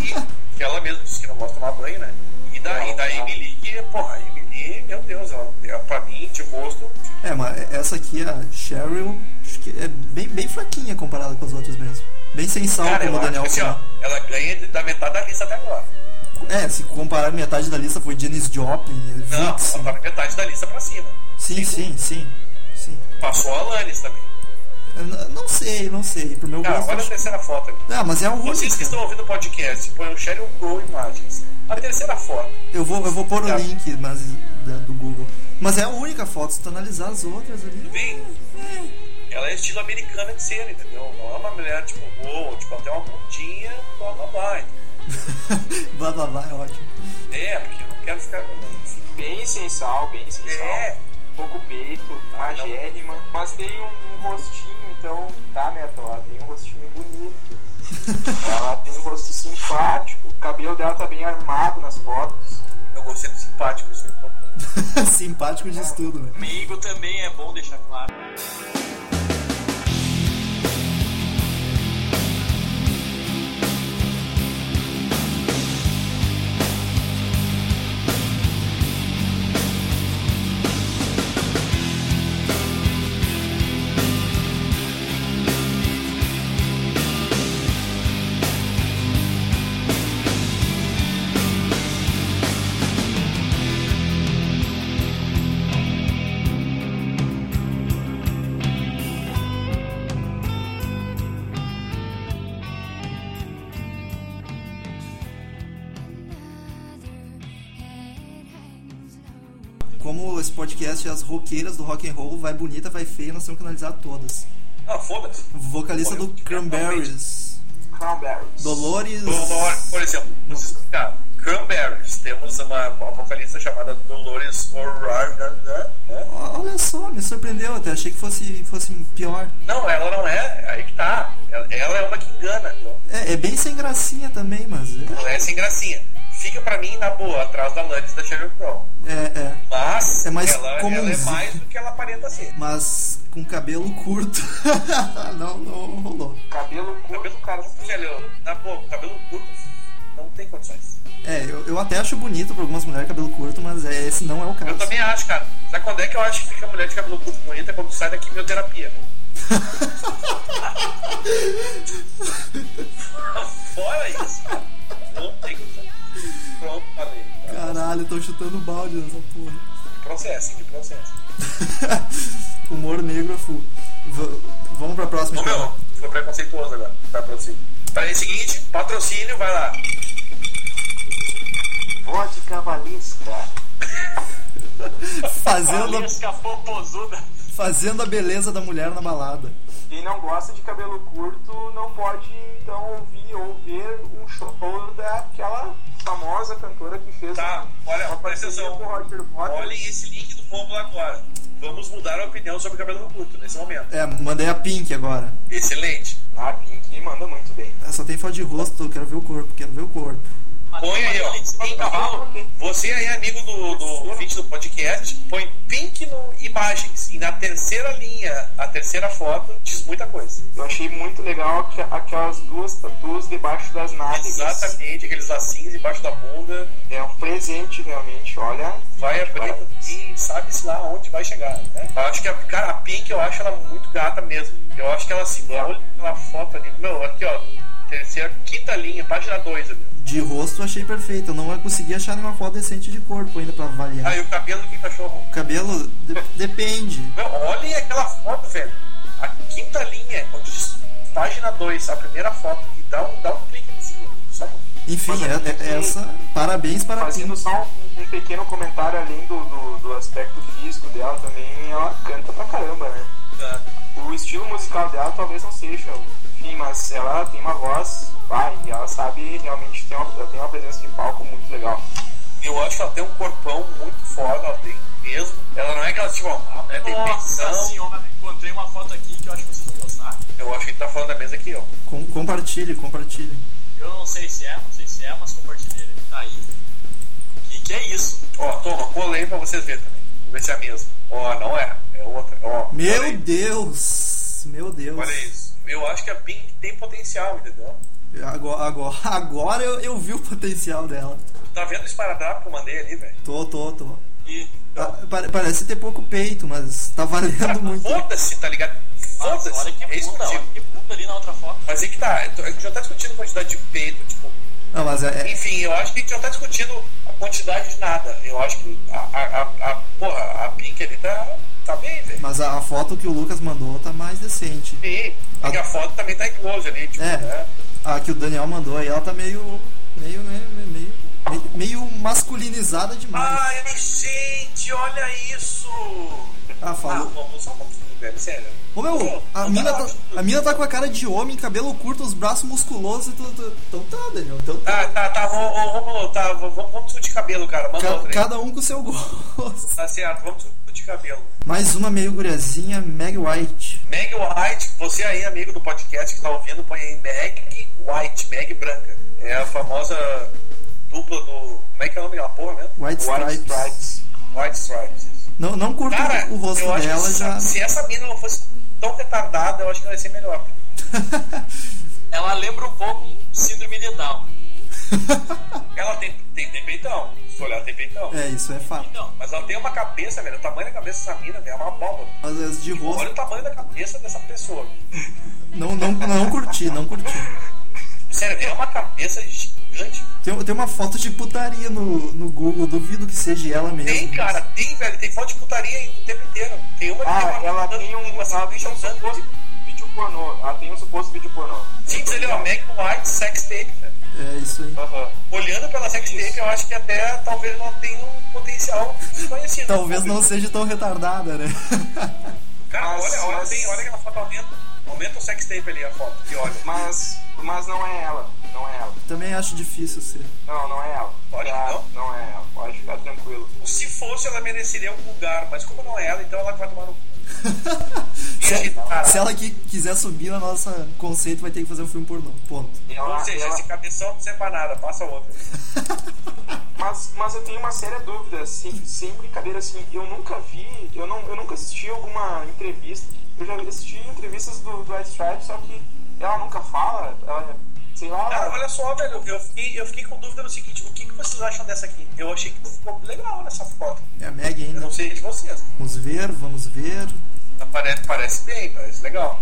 E que ela mesma disse que não gosta de tomar banho, né? E da, e da Emily, que, porra, a Emily, meu Deus, ela, ela, pra mim, um de rosto, É, mas essa aqui, a Cheryl, acho que é bem, bem fraquinha comparada com as outras mesmo. Bem sem sal, cara, como eu o acho Daniel que assim, ó, falou. ela ganha de- da metade da lista até agora. É, se comparar metade da lista foi Janis Joplin, Não, Vixen. ela tá na metade da lista pra cima. Sim, sim, sim. sim. Passou a Alanis também. Eu n- não sei, não sei. Pro meu Cara, gosto. é olha a acho- terceira foto ali. Ah, mas é a única. Ah, Vocês que estão ouvindo o podcast, um põem o Sheryl Crow Imagens. A terceira foto. Eu vou, eu vou pôr o Tá. link mas, da- do Google. Mas é a única foto, se tu analisar as outras ali. Vem. Ela é estilo americana de ser, entendeu? Não é uma mulher tipo, uou, tipo, até uma bundinha, blá blá blá. entendeu? Blá blá blá, é ótimo. É, porque eu não quero ficar. assim, enfim. Bem sem sal, bem sem sal. É. Ah, Pouco peito, magérrima. Mas tem um, um rostinho, então, tá, Neto? Ela tem um rostinho bonito. ela tem um rosto simpático. O cabelo dela tá bem armado nas fotos. Eu gostei do simpático, isso é importante. Simpático né? diz tudo, velho. Amigo também é bom deixar claro. Como esse podcast é as roqueiras do rock and roll, vai bonita, vai feia, nós temos que analisar todas. Ah, foda-se. Vocalista Olha, do eu- Cranberries. Cranberries. Dolores. Dolores, por exemplo, vocês explicar. Cranberries, temos uma, uma vocalista chamada Dolores O'Riordan, né? Ó, Olha só, me surpreendeu até. Achei que fosse, fosse pior. Não, ela não é, aí que tá. Ela, ela é uma que engana, entendeu? É, é bem sem gracinha também, mas. Ela é sem gracinha. Fica pra mim na boa, atrás da Lannis da Sheryl Crow. É, é. Mas É mais ela, ela é comumzinho. mais do que ela aparenta ser. Mas com cabelo curto. não, não rolou. Cabelo curto, Cabelo cara. curto, velho, na boa, cabelo curto não tem condições. É, eu, eu até acho bonito pra algumas mulheres cabelo curto, mas é, esse não é o caso. Eu também acho, cara. Sabe quando é que eu acho que fica mulher de cabelo curto bonita? É Quando sai da quimioterapia. Fora isso, cara. Não tem condições. Pronto, falei. Caralho, eu tô chutando balde nessa porra. processo, que processo. Humor negro a full. V- vamos pra próxima. Ô meu, então. foi preconceituoso agora. Tá patrocínio. Pra ele seguinte, patrocínio, vai lá. Vodka balista. Fazendo, a- Valesca popozuda. fazendo a beleza da mulher na balada. Quem não gosta de cabelo curto não pode então ouvir ou ver um show daquela famosa cantora que fez Tá, olha, uma presta parceria atenção. com o Roger Waters. Olhem esse link do Pombo lá agora. Vamos mudar a opinião sobre cabelo curto nesse momento. É, mandei a Pink agora. Excelente. Ah, Pink manda muito bem. Ah, Só tem foto de rosto, eu quero ver o corpo, quero ver o corpo. Põe aí, ó. Em cima do cavalo. Você aí, amigo do, do ouvinte do podcast, põe pink no imagens e na terceira linha, a terceira foto, diz muita coisa. Eu achei muito legal que- aquelas duas tatuas debaixo das nádegas. Exatamente, aqueles lacinhos embaixo da bunda. É um presente realmente, olha. Vai abrir e sabe-se lá onde vai chegar. Né? Eu acho que a, cara, a Pink, eu acho ela muito gata mesmo. Eu acho que ela se olha aquela foto ali. Meu, aqui ó, terceira, quinta linha, página 2 ali. De rosto eu achei perfeito, eu não consegui achar nenhuma foto decente de corpo ainda pra avaliar. Aí o cabelo que cachorro. O cabelo de- depende. Meu, olhem aquela foto, velho. A quinta linha, onde diz página 2, a primeira foto, e dá um, dá um cliquezinho. Só pra... Enfim, Mas é- é- eu- essa. Parabéns para a Fazendo Pink. só um, um pequeno comentário além do, do, do aspecto físico dela também, ela canta pra caramba, né? O estilo musical dela talvez não seja, enfim, mas ela tem uma voz, vai, e ela sabe realmente tem uma, ela tem uma presença de palco muito legal. Eu acho que ela tem um corpão muito foda, ela tem mesmo. Ela não é aquela tipo, ah, né, tem Nossa pensão. senhora, encontrei uma foto aqui que eu acho que vocês vão gostar. Eu acho que ele tá falando da mesa aqui, ó. Com- compartilhe, compartilhe. Eu não sei se é, não sei se é, mas compartilhei ele. Tá aí. Que que é isso? Ó, toma, colei pra vocês verem também. Vamos ver se é a mesma. Ó, não é, é outra. Ó, olha Meu aí, Deus! Meu Deus! Olha isso. Eu acho que a Pink tem potencial, entendeu? Agora, agora, agora eu, eu vi o potencial dela. Tá vendo o esparadrapo que eu mandei ali, velho? Tô, tô, tô. E Tá. Ah, pare- Parece ter pouco peito, mas tá valendo muito. Foda-se, tá ligado? Nossa, Foda-se. olha que É isso que bunda, eu digo. olha que bunda ali na outra foto. Mas é que tá, a gente já tá discutindo quantidade de peito, tipo. Não, mas é, é- Enfim, eu acho que a gente não tá discutindo a quantidade de nada. Eu acho que a, a, a, a- porra, a Pink ali tá, tá bem, velho. mas a, a foto que o Lucas mandou tá mais decente. Sim, é que a foto também tá em close ali, tipo, É. né? A que o Daniel mandou aí, ela tá meio. meio. meio. meio, meio, meio masculinizada Ah, demais. Ai, gente, olha isso! Ah, Ah, falou. vamos só um pouquinho, velho, sério. Ô meu, a Não mina, tá, ótimo. a mina tá com a cara de homem, cabelo curto, os braços musculosos e tudo. tudo. Então tá, Daniel. Então tá. Tá, tá, tá, vamos, vamos, tá, vamos, vamos discutir cabelo, cara. Manda Ca- outra aí. cada um com seu gosto. Tá certo, vamos discutir cabelo. Mais uma meio guriazinha, Meg White. Meg White, você aí, amigo do podcast que tá ouvindo, põe aí Meg White, Meg Branca. É a famosa dupla do. Como é que é o nome daquela porra mesmo? White White Stripes. Stripes. White Stripes. isso. Não, não curto Cara, o rosto eu acho dela que já. se, se essa mina não fosse tão retardada, eu acho que ela ia ser melhor. Ela lembra um pouco síndrome de Down. Ela tem, tem, tem peitão, se olhar, tem peitão. É, isso é fato. Então, Mas ela tem uma cabeça, velho. O tamanho da cabeça dessa mina, velho, é uma abóbora. Mas as de Olha rosto, o tamanho da cabeça dessa pessoa. não, não, não curti, não curti. Sério, é uma cabeça gigante. Tem, tem uma foto de putaria no, no Google, duvido que seja ela mesmo. Tem, cara, tem, velho. Tem foto de putaria aí o tempo inteiro. Tem uma que Ah, tem uma ela dando- tem um, uma ela tem sanduíche um andando. suposto vídeo pornô. Ela tem um suposto vídeo pornô. Sim, diz ali, ó, Meg é White sex tape, velho. É isso aí. Aham. Olhando pela sex tape, eu acho que até talvez ela tenha um potencial desconhecido. Talvez não seja tão retardada, né? Cara, Mas- olha, olha, mas- bem, olha aquela foto, aumenta, aumenta o sex tape ali, a foto, que olha. Mas, mas não é ela. Não é ela. Também acho difícil ser. Não, não é ela. Olha que Ah, não. Não é ela. Pode ficar tranquilo. Se fosse, ela mereceria um lugar, mas como não é ela, então ela que vai tomar no cu. Se, Cara, se ela que quiser subir na nossa conceito, vai ter que fazer um filme pornô. Ponto. Ela, Ou seja, ela- esse cabeção não serve pra nada, passa outra. Mas, mas eu tenho uma séria dúvida, sem, sem brincadeira, assim, eu nunca vi, eu, não, eu nunca assisti alguma entrevista, eu já assisti entrevistas do, do White Stripes, só que ela nunca fala, ela, sei lá, Cara, Ah, olha só, velho, eu fiquei, eu fiquei com dúvida no seguinte, o que, que vocês acham dessa aqui? Eu achei que ficou legal nessa foto. É a Meg Eu ainda. não sei de vocês. Vamos ver, vamos ver. Parece, parece bem, parece legal.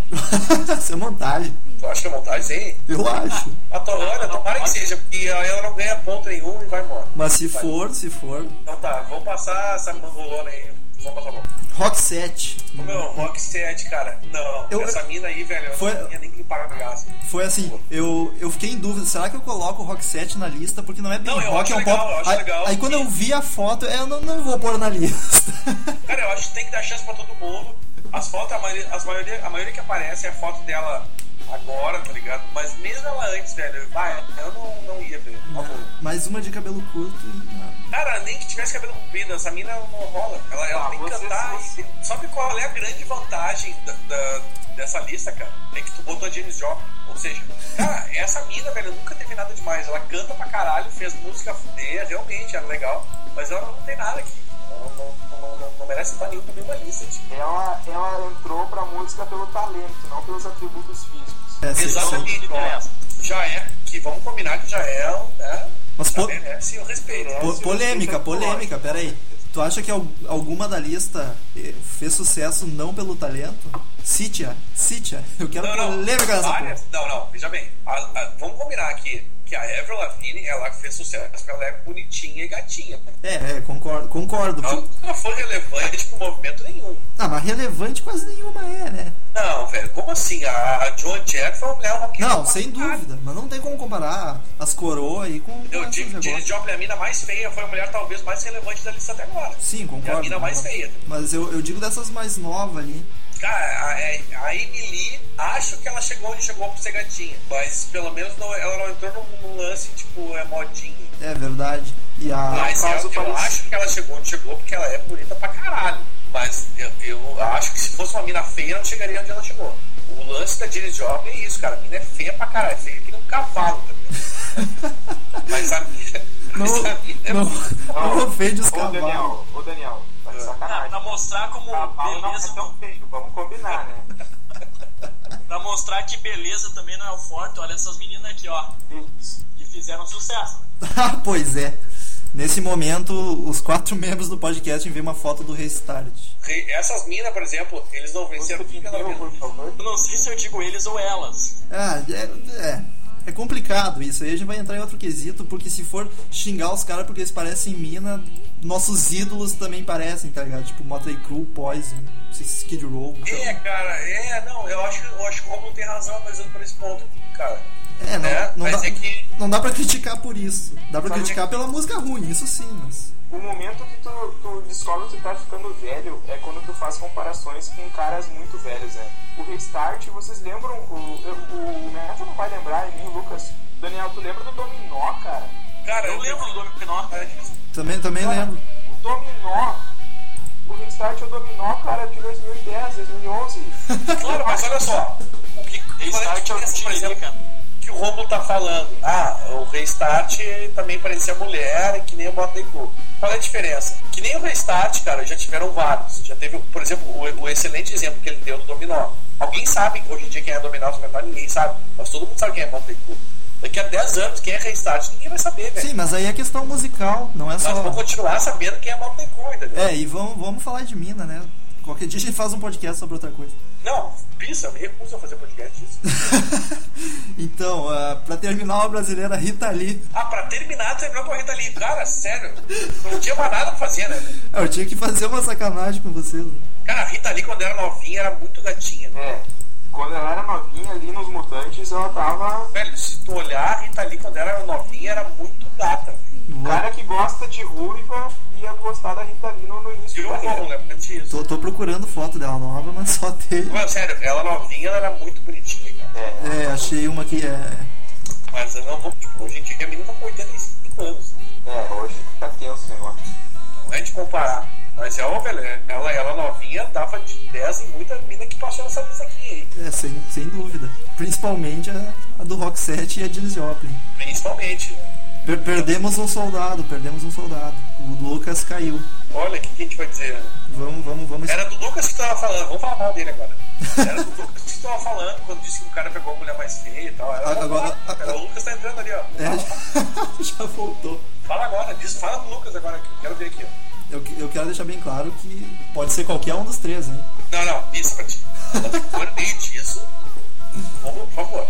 Isso é montagem. Tu acha que é montagem? Sim. Eu acho. A tua hora, Ah, tomara que seja, porque ela não ganha ponto nenhum e vai embora. Mas se Vai. for, se for. Então tá, vamos passar essa mangolona aí. Vamos passar a mão. Rock 7. Ô, Meu, Rock 7, cara. Não, Eu- essa mina aí, velho, Foi- eu não tinha nem que pagar no gás. Foi assim, eu, eu fiquei em dúvida, será que eu coloco o Rock 7 na lista? Porque não é bem Não, eu acho rock, é um legal, pop. eu acho aí, legal. aí quando eu vi a foto, é, eu não, não vou pôr na lista. Cara, eu acho que tem que dar chance pra todo mundo. As fotos, a maioria, as maioria, a maioria que aparece é a foto dela agora, tá ligado? Mas mesmo ela antes, velho, vai, eu não, não ia ver. Tá bom. Mais uma de cabelo curto e nada. Cara, nem que tivesse cabelo comprido, essa mina não rola. Ela, ela Ah, tem que você- cantar. você- e- Sabe qual é a grande vantagem da, da- dessa lista, cara? É que tu botou a James Joplin. Ou seja, cara, essa mina, velho, nunca teve nada demais. Ela canta pra caralho, fez música fuder, realmente, era legal. Mas ela não tem nada aqui. Ela não, não, não, não, não merece estar nenhum pra nenhuma lista, tipo. Ela, ela entrou pra música pelo talento, não pelos atributos físicos. É, sei- sei. Exatamente, ó, já é, que vamos combinar que já é um, né? Mas já po- merece o respeito. Po- Merece o polêmica, respeito polêmica, peraí. Tu acha que al- alguma da lista eh, fez sucesso não pelo talento? Citia, Citia, eu quero Não, não. polêmica nessa Várias- porra. Não, não, veja bem. A- a- vamos combinar aqui que a Avril Lavigne, ela fez sucesso porque ela é bonitinha e gatinha. É, é, concordo, concordo. Ela nunca foi relevante pro movimento nenhum. Ah, mas relevante quase nenhuma é, né? Não, velho, como assim? A, a Joan Jett foi uma mulher roqueira. Não, pra sem caralho. dúvida, mas não tem como comparar as coroas aí com, com Eu essas digo, Janis negócios. Joplin, a mina mais feia, foi a mulher talvez mais relevante da lista até agora. Sim, É concordo. a mina mais concordo. feia. Mas eu, eu digo dessas mais novas ali. Cara, a, é, a- a Emily, acho que ela chegou onde chegou por ser gatinha. Mas pelo menos não- ela não entrou num, num lance, tipo, é modinha. É verdade. E a. mas caso eu, eu parecido. acho que ela chegou onde chegou porque ela é bonita pra caralho. Mas eu, eu acho que se fosse uma mina feia, ela não chegaria onde ela chegou. O lance da Janis Joplin é isso, cara. A mina é feia pra caralho. Feia que nem um cavalo, tá ligado? mas a mina... Não, mas a mina é não, não ofende os Então, Ô cavalos. Daniel, ô Daniel, tá de Ah, sacanagem. pra mostrar como Cavalo não beleza é tão feio, vamos combinar, né? Pra mostrar que beleza também não é o forte, olha essas meninas aqui, ó, Isso. que fizeram sucesso. Ah, pois é. Nesse momento, os quatro membros do podcast enviam uma foto do Restart. Re- Essas minas, por exemplo, eles não venceram Música de porque ela Deus, por favor. Eu não sei se eu digo eles ou elas. Ah, é, é. É complicado isso. Aí a gente vai entrar em outro quesito, porque se for xingar os caras porque eles parecem mina, nossos ídolos também parecem, tá ligado? Tipo Motley Crue, Poison, não sei se Skid Row. então- É, cara, é, não, eu acho, eu acho que o Romulo tem razão, mas eu por esse ponto, cara. É, não, É, não, mas dá, é que- não dá pra criticar por isso. Dá pra Sabe- criticar pela música ruim, isso sim, mas. O momento que tu, tu descobre que tu tá ficando velho é quando tu faz comparações com caras muito velhos, né? O Restart, vocês lembram? O, eu- o, Neto não vai lembrar, e nem o Lucas. Daniel, tu lembra do Dominó, cara? Cara, Eu lembro do Dominó. Também, Ah, também Cara, lembro. O Dominó. O Restart é o Dominó, cara, de 2010, 2011. Claro, mas olha só. O que Restart é qual é a o diferença, por time, né, exemplo, cara? que o Romulo tá falando? Ah, o Restart também parecia mulher e que nem o Motley Crue. Qual é a diferença? Que nem o Restart, cara, já tiveram vários. Já teve, por exemplo, o, o excelente exemplo que ele deu do Dominó. Alguém sabe hoje em dia quem é Dominó, se não ninguém sabe. Mas todo mundo sabe quem é Motley Crue. Daqui a 10 anos, quem é Restart, ninguém vai saber, velho. Sim, mas aí é questão musical, não é Nós vamos só. continuar sabendo quem é Motley Crue, entendeu? É, e vamos, vamos falar de mina, né? Qualquer dia a gente faz um podcast sobre outra coisa. Não, isso, eu me recuso a fazer podcast disso. Então, ah, pra terminar, a brasileira Rita Lee. Ah, pra terminar, terminou com a Rita Lee. Cara, sério, não tinha mais nada pra fazer, né? Ah, Eu tinha que fazer uma sacanagem com vocês. né? Cara, a Rita Lee, quando era novinha, era muito gatinha. né? É. Quando ela era novinha ali nos Mutantes, ela tava Velho, se tu olhar, a Rita Lee, quando era novinha, era muito gata. velho. O cara que gosta de ruiva ia gostar da Rita Lee no, no início Viu da como, carreira. né? Pra ti isso. Tô, tô procurando foto dela nova, mas só tem. Mano, sério, ela novinha, ela era muito bonitinha, cara. É, É, achei uma que é. Mas eu não vou. Tipo, hoje em dia, a menina tá com 85 anos. é, hoje tá tenso o negócio. Não é de comparar. Mas é, ó, velho, ela, ela novinha dava de 10 em muita mina que passou nessa lista aqui, hein? É, sem, sem dúvida. Principalmente a, a do Rock 7 e a Janis Joplin. Principalmente, né? Per- perdemos um soldado, perdemos um soldado. O Lucas caiu. Olha, o que, que a gente vai dizer, né? Vamos, vamos, vamos. Era do Lucas que tu tava falando, vamos falar mal dele agora. Era do Lucas que tu tava falando quando disse que o cara pegou a mulher mais feia e tal. Era, A- agora- a- cara, o Lucas tá entrando ali, ó. É, já voltou. Fala agora, diz, fala do Lucas agora, que eu quero ver aqui, ó. Eu, eu quero deixar bem claro que pode ser qualquer um dos três, hein? Não, não, isso, por meio disso, por favor.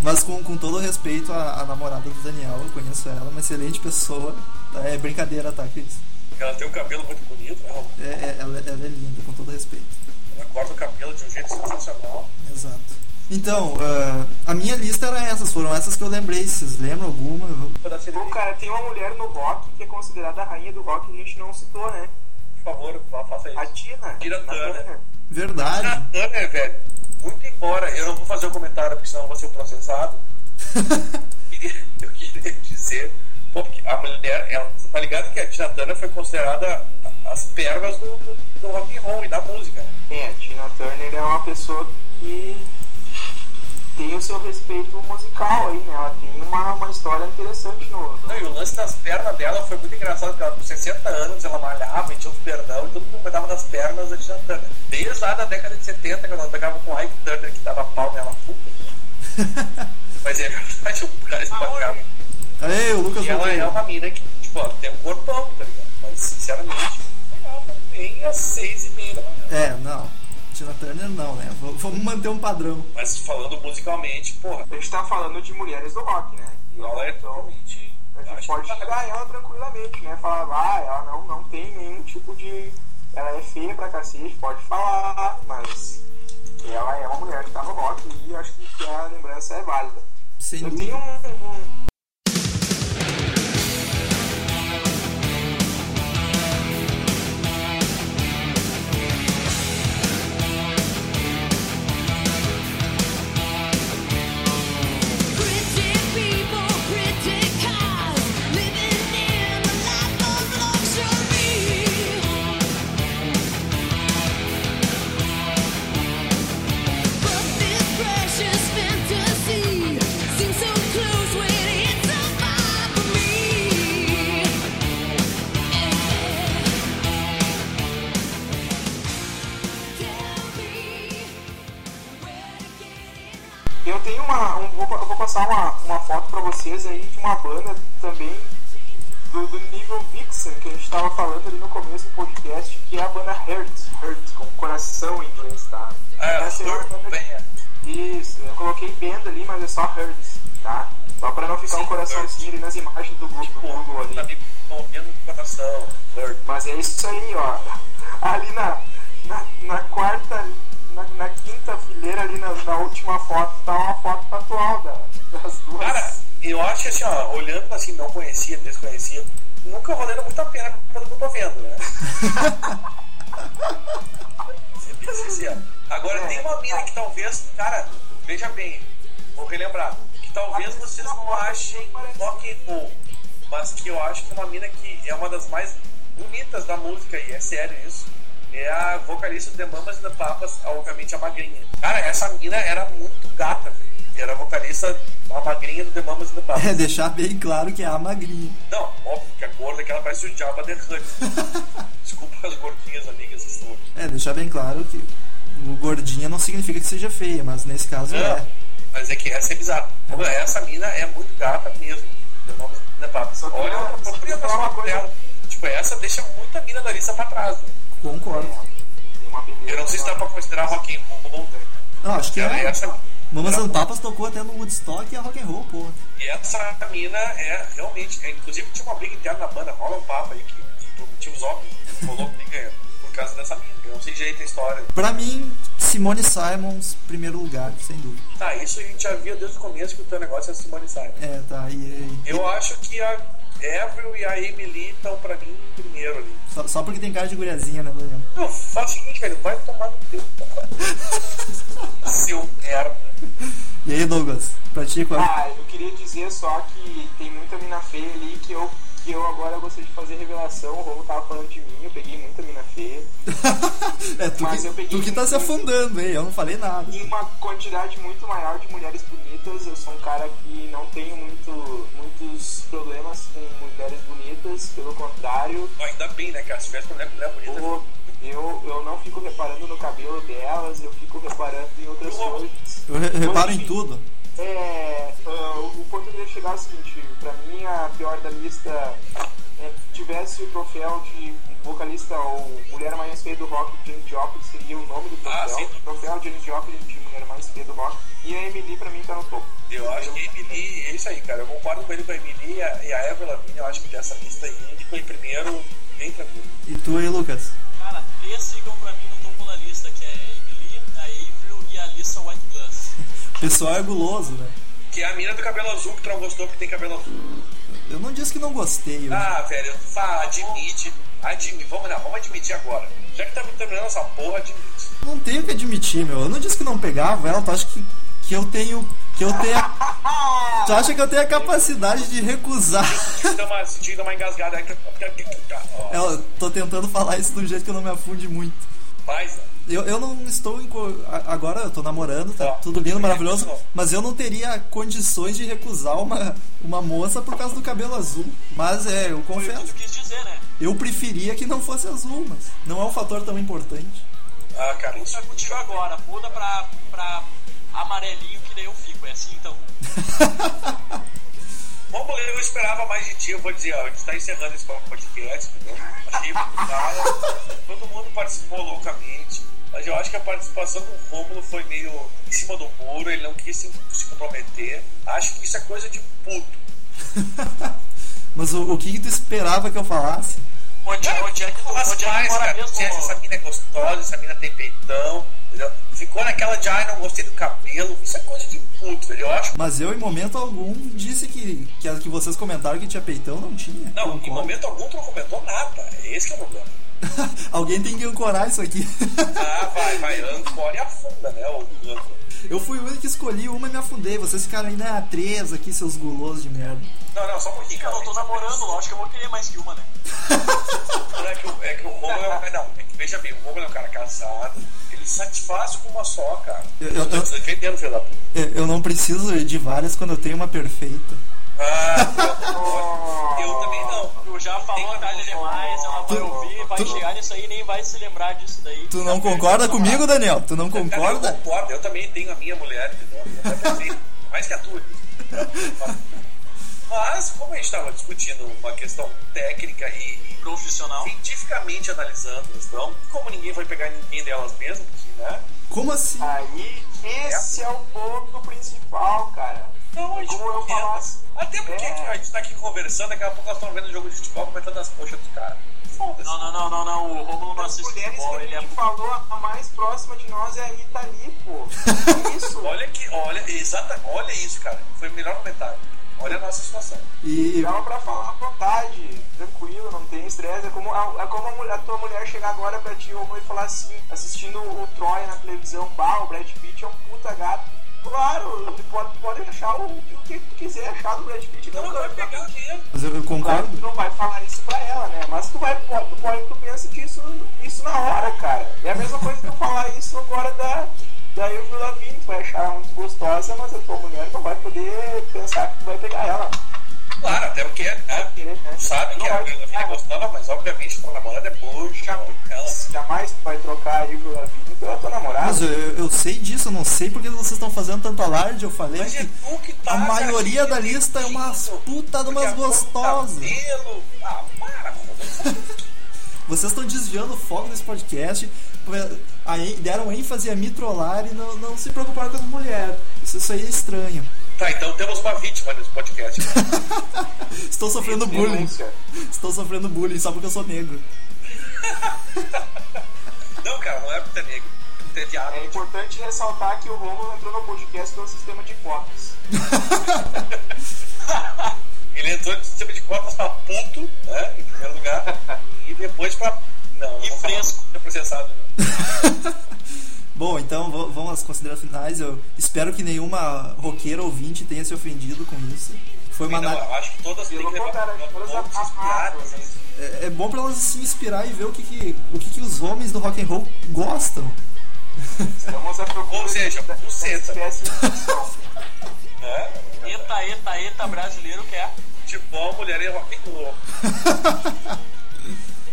Mas com, com todo o respeito à, à namorada do Daniel, eu conheço ela, uma excelente pessoa. Tá? É brincadeira, tá, Cris? Ela tem um cabelo muito bonito, ela, É, é- ela, ela é linda, com todo o respeito. ela corta o cabelo de um jeito sensacional. Exato. Então, ah, a minha lista era essas, foram essas que eu lembrei. Vocês lembram alguma? Eu- Vou dar Pô, por cara, tem uma mulher no rock que é considerada a rainha do rock e a gente não citou, né? favor, fa- faça A isso. Tina. Tina a Turner. Verdade. A Turner, né, velho, muito embora, eu não vou fazer o comentário porque senão eu vou ser processado. Queria- eu queria dizer, pô, porque a mulher, ela, você tá ligado que a Tina Turner foi considerada as pernas do, do, do rock and roll e da música. né? É, a Tina Turner é uma pessoa que tem o seu respeito musical aí, né? Ela tem uma, uma história interessante no. Não, e o lance das pernas dela foi muito engraçado, porque ela com 60 anos ela malhava e tinha os perdão e todo mundo cuidava das pernas da Tina Turner. Desde lá da década de 70, quando ela pegava com o Ike Turner que dava pau nela puta. Mas é verdade, o cara espancava. Aê, o Lucas E ela é voltou. uma mina que, tipo, ó, tem um corpão, tá ligado? Mas sinceramente, ela também às seis e meia da manhã. É, não. Tina Turner não, né? V- Vamos manter um padrão. Mas falando musicalmente, porra, A gente tá falando de mulheres do rock, né? E ela é totalmente. Ah, A gente acho pode que- xingar ela tranquilamente, né? Falar, ah, ela não, não tem nenhum tipo de. Ela é feia pra cacete, pode falar, mas ela é uma mulher que tá no rock e eu acho que a lembrança é válida. Sem Eu dúvida. tenho um- um, Pretty people, pretty cars, living in a life of luxury. But this precious fantasy seems so close when it's so far from me. Eu tenho uma. um- vou, pa- eu vou passar uma, uma foto pra vocês aí de uma banda também do, do nível Vixen que a gente tava falando ali no começo do podcast, que é a banda Hurt, Hurt, com coração em inglês, tá? Ah, Essa é uma Hurt banda- Isso, eu coloquei band ali, mas é só Hurt, tá? Só pra não ficar Sim, um coraçãozinho ali nas imagens do grupo do Google Tá ali. me envolvendo no coração, Lord. Mas é isso aí, ó. Ali na, na, na quarta, na, na quinta fileira ali na, na última foto, tá uma foto atual da, das duas. Cara, eu acho assim, ó, olhando assim, não conhecia, desconhecia, nunca valendo muito a pena pelo que eu tô vendo, né? Ser bem sincero. assim, Agora, tem uma mina que talvez, cara, veja bem, vou relembrar, que talvez vocês não achem rock and roll, mas que eu acho que é uma mina que é uma das mais bonitas da música, e é sério isso. É a vocalista do The Mamas and the Papas, a- obviamente a magrinha. Cara, essa mina era muito gata, velho. Era a vocalista, a magrinha do The Mamas and the Papas. É deixar bem claro que é a magrinha. Não, óbvio que a gorda é que ela parece o Jabba The Hutt. Desculpa as gordinhas amigas que estão aqui. É, deixar bem claro que o gordinha não significa que seja feia, mas nesse caso Não, é. mas é que essa é bizarra. Ô, meu, Essa mina é muito gata mesmo. The Mamas and the Papas. Só que Olha eu- a só que própria eu vou falar uma foto coisa. dela. Tipo, essa deixa muita mina da lista pra trás. né? Concordo. Tem uma beleza. Eu não sei se dá pra considerar rock and roll. né? Não, acho que Ela é é. essa. Mamas and Papas tocou até no Woodstock e é rock and roll, pô. E essa mina é realmente. é, inclusive tinha uma briga interna na banda, rola um papo aí que por motivos óbvios rolou briga por causa dessa mina. Eu não sei direito a história. Pra mim, Simone Simons, primeiro lugar, sem dúvida. Tá, isso a gente já via desde o começo que o teu negócio é Simone Simon. É, tá, e, e- Eu acho que a Avril e a Emily estão pra mim em primeiro ali. só, só porque tem cara de guriazinha, né, Daniel? Não, faz o seguinte, velho, vai tomar no teu. cu. Seu merda. E aí, Douglas? Pra ti, qual é? Ah, eu queria dizer só que tem muita mina feia ali que eu, que eu agora gostei de fazer revelação. O Romo tava falando de mim, eu peguei muita mina feia. É, tu mas eu que, peguei tu que tá se muito- afundando, hein? Eu não falei nada. E uma quantidade muito maior de mulheres bonitas. Eu sou um cara que não tenho muito, muitos problemas com mulheres bonitas, pelo contrário. Ainda bem, né, cara? Se tivesse problema com mulher bonita. Eu, eu, eu não fico reparando no cabelo delas, eu fico reparando em outras coisas. Eu re- reparo em Enfim. tudo. É, ah, o ponto que eu queria chegar é o seguinte, pra mim a pior da lista é, tivesse o troféu de vocalista ou mulher mais feia do rock, Janis Joplin, seria o nome do Ah, troféu. sim. troféu Janis Joplin de mulher mais feia do rock. E a Emily, pra mim, tá no topo. Eu acho que a Emily, é isso aí, cara. Eu concordo com ele com a Emily e a, e a Evelyn. Lavigne, Eu acho que dessa lista aí ficou em primeiro, bem tranquilo. E tu aí, Lucas? Cara, três ficam pra mim no topo da lista, que é a Emily, a Avril e a Alissa White Glass. O pessoal é guloso, né? Que é a mina do cabelo azul que tu não gostou porque tem cabelo azul. Eu não disse que não gostei. eu- Ah, velho, fa, admite. Admi, vamos lá, vamos admitir agora. Já que tá terminando essa porra, admite. Não tenho o que admitir, meu. Eu não disse que não pegava ela. Tu acha que, que eu tenho. Que eu tenha. Tu acha que eu tenho a capacidade de recusar? Tinha que dar uma, tinha que dar uma engasgada aí. Ó, Eu tô tentando falar isso de um jeito que eu não me afunde muito. Faz, né? Eu, eu não estou. em co- a- Agora eu tô namorando, tá Tá. tudo lindo, maravilhoso. Não. Mas eu não teria condições de recusar uma, uma moça por causa do cabelo azul. Mas é, eu Foi o que confesso. tu quis dizer, né? Eu preferia que não fosse azul, mas não é um fator tão importante. Ah, cara, isso Isso é contigo agora, muda pra, pra amarelinho que daí eu fico, é assim então. Bom, eu esperava mais de ti, eu vou dizer, ó, a gente tá encerrando esse podcast, entendeu? Achei cara, todo mundo participou loucamente, mas eu acho que a participação do Rômulo foi meio em cima do muro, ele não quis se, se comprometer. Acho que isso é coisa de puto. Mas o, o que, que tu esperava que eu falasse? Onde, onde é que tu, Faz onde é que mais, tu mora cara. mesmo? Se essa mina é gostosa, essa mina tem peitão, entendeu? Ficou naquela de, ai, não gostei do cabelo, isso é coisa de puto, velho. Eu acho Mas eu, em momento algum, disse que, que a que vocês comentaram que tinha peitão, não tinha. Não, em né? Concordo. momento algum tu não comentou nada. Esse que é o problema. Alguém tem que ancorar isso aqui. Ah, vai, vai, ancora e afunda, né, o âncora. eu fui o único que escolhi uma e me afundei. Vocês ficaram ainda três aqui, seus gulosos de merda. Não, não, só um pouquinho, Cara, cara. eu tô namorando, lógico que eu vou querer mais que uma, né? É que, o- é que o Romulo é um cara. Não, é que, veja bem, o Romulo é um cara casado, ele satisfaz com uma só, cara. Eu- eu- Eu tô te defendendo, filho da puta. Eu É, eu não preciso de várias quando eu tenho uma perfeita. Ah, não, Ah, eu também não. Tu já falou a tarde demais, ela vai ouvir, vai chegar nisso aí e nem vai se lembrar disso daí. Tá Tu não concorda comigo, Daniel? Tu não Cara, eu concorda? concordo, eu também tenho a minha mulher, entendeu? Eu até pensei, mais que a tua. Mas, como a gente tava discutindo uma questão técnica e Profissional. cientificamente analisando, então, como ninguém vai pegar ninguém delas mesmo, porque, né? Como assim? Aí, esse é o ponto principal, cara. Então a gente Como eu comenta. falasse. Até porque É. a gente tá aqui conversando, daqui a pouco elas estão vendo o jogo de futebol comentando as coxas dos caras. Foda-se. Não, não, não, não, não. O Romulo não As assiste mulheres futebol, ele que a é gente falou, a mais próxima de nós é a Rita Lee, pô. Que Isso. Olha que, olha, exata, olha isso, cara. Foi o melhor comentário. Olha a nossa situação. E Dava pra falar à vontade, tranquilo, não tem estresse. É como, a, é como a, mulher- a tua mulher chegar agora pra ti Romulo, e falar assim, assistindo o Troy na televisão, pá, o Brad Pitt é um puta gato. Claro, tu pode, pode achar o, o que tu quiser achar do Brad Pitt. Não, não vai tu pegar dinheiro. mas eu eu Claro, tu concordo. não vai falar isso pra ela, né? Mas tu vai, pode, tu, pode, tu pensa que isso, isso na hora, cara. É a mesma coisa que eu falar isso agora da, da Avril Lavigne. Tu vai achar ela muito gostosa, mas a tua mulher não vai poder pensar que tu vai pegar ela. Claro, até porque, né? Querer, né? Tu sabe que Não a vai Vila pegar Filha ela. gostava, mas obviamente tua namorada é bucha. Ela. Jamais tu vai trocar a Avril Lavigne pela tua namorada. Mas eu, eu- eu sei disso, eu não sei porque vocês estão fazendo tanto alarde. Eu falei Mas é que tu que tá. a cara, maioria que da lista é umas mentindo. puta de Porque a umas cor do gostosas. cabelo- Ah, para, Romulo. Vocês estão desviando o foco desse podcast, aí deram ênfase a me trollar e não, não se preocuparam com as mulheres. Isso, isso aí é estranho. Tá, então temos uma vítima nesse podcast. Estou sofrendo bullying. Denúncia. Estou sofrendo bullying só porque eu sou negro. Não, cara, não é porque tu é negro. É porque tu é diabo. É importante ressaltar que o Romulo entrou no podcast pelo sistema de cotas. Ele entrou no sistema de cotas pra puto, né? Em primeiro lugar. e depois pra. Não, eu E vou falar fresco. que é processado. não. Bom, então v- vamos às considerações finais. Eu espero que nenhuma roqueira ouvinte tenha se ofendido com isso. Foi uma Não, análise. Então, eu acho que todas têm que Pelo levar contrário, todas todas as piadas. amarras. É, é bom pra elas se inspirar e ver o que, que- o que, que os homens do rock and roll gostam. Estamos à procura Ou seja, de- dessa buceta. espécie de função. Né? Eta, eta, eta brasileiro que é. Futebol, mulher e rock and roll.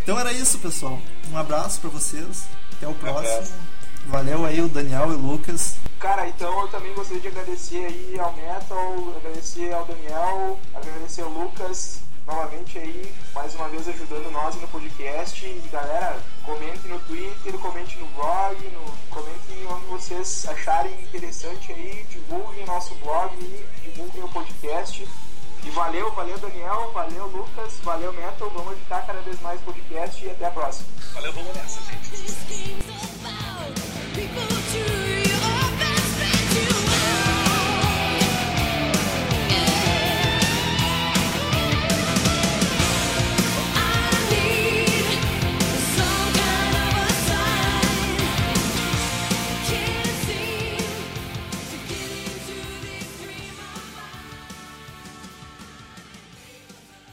Então era isso, pessoal. Um abraço pra vocês. Até o próximo. abraço. Valeu aí o Daniel e o Lucas. Cara, então eu também gostaria de agradecer aí ao Metal, agradecer ao Daniel, agradecer ao Lucas, novamente aí, mais uma vez ajudando nós no podcast. E galera, comente no Twitter, comente no blog, no, comente onde vocês acharem interessante aí, divulguem nosso blog, divulguem o podcast. E valeu, valeu Daniel, valeu Lucas, valeu Metal, vamos editar cada vez mais podcast e até a próxima. Valeu, vamos nessa, gente. This game's about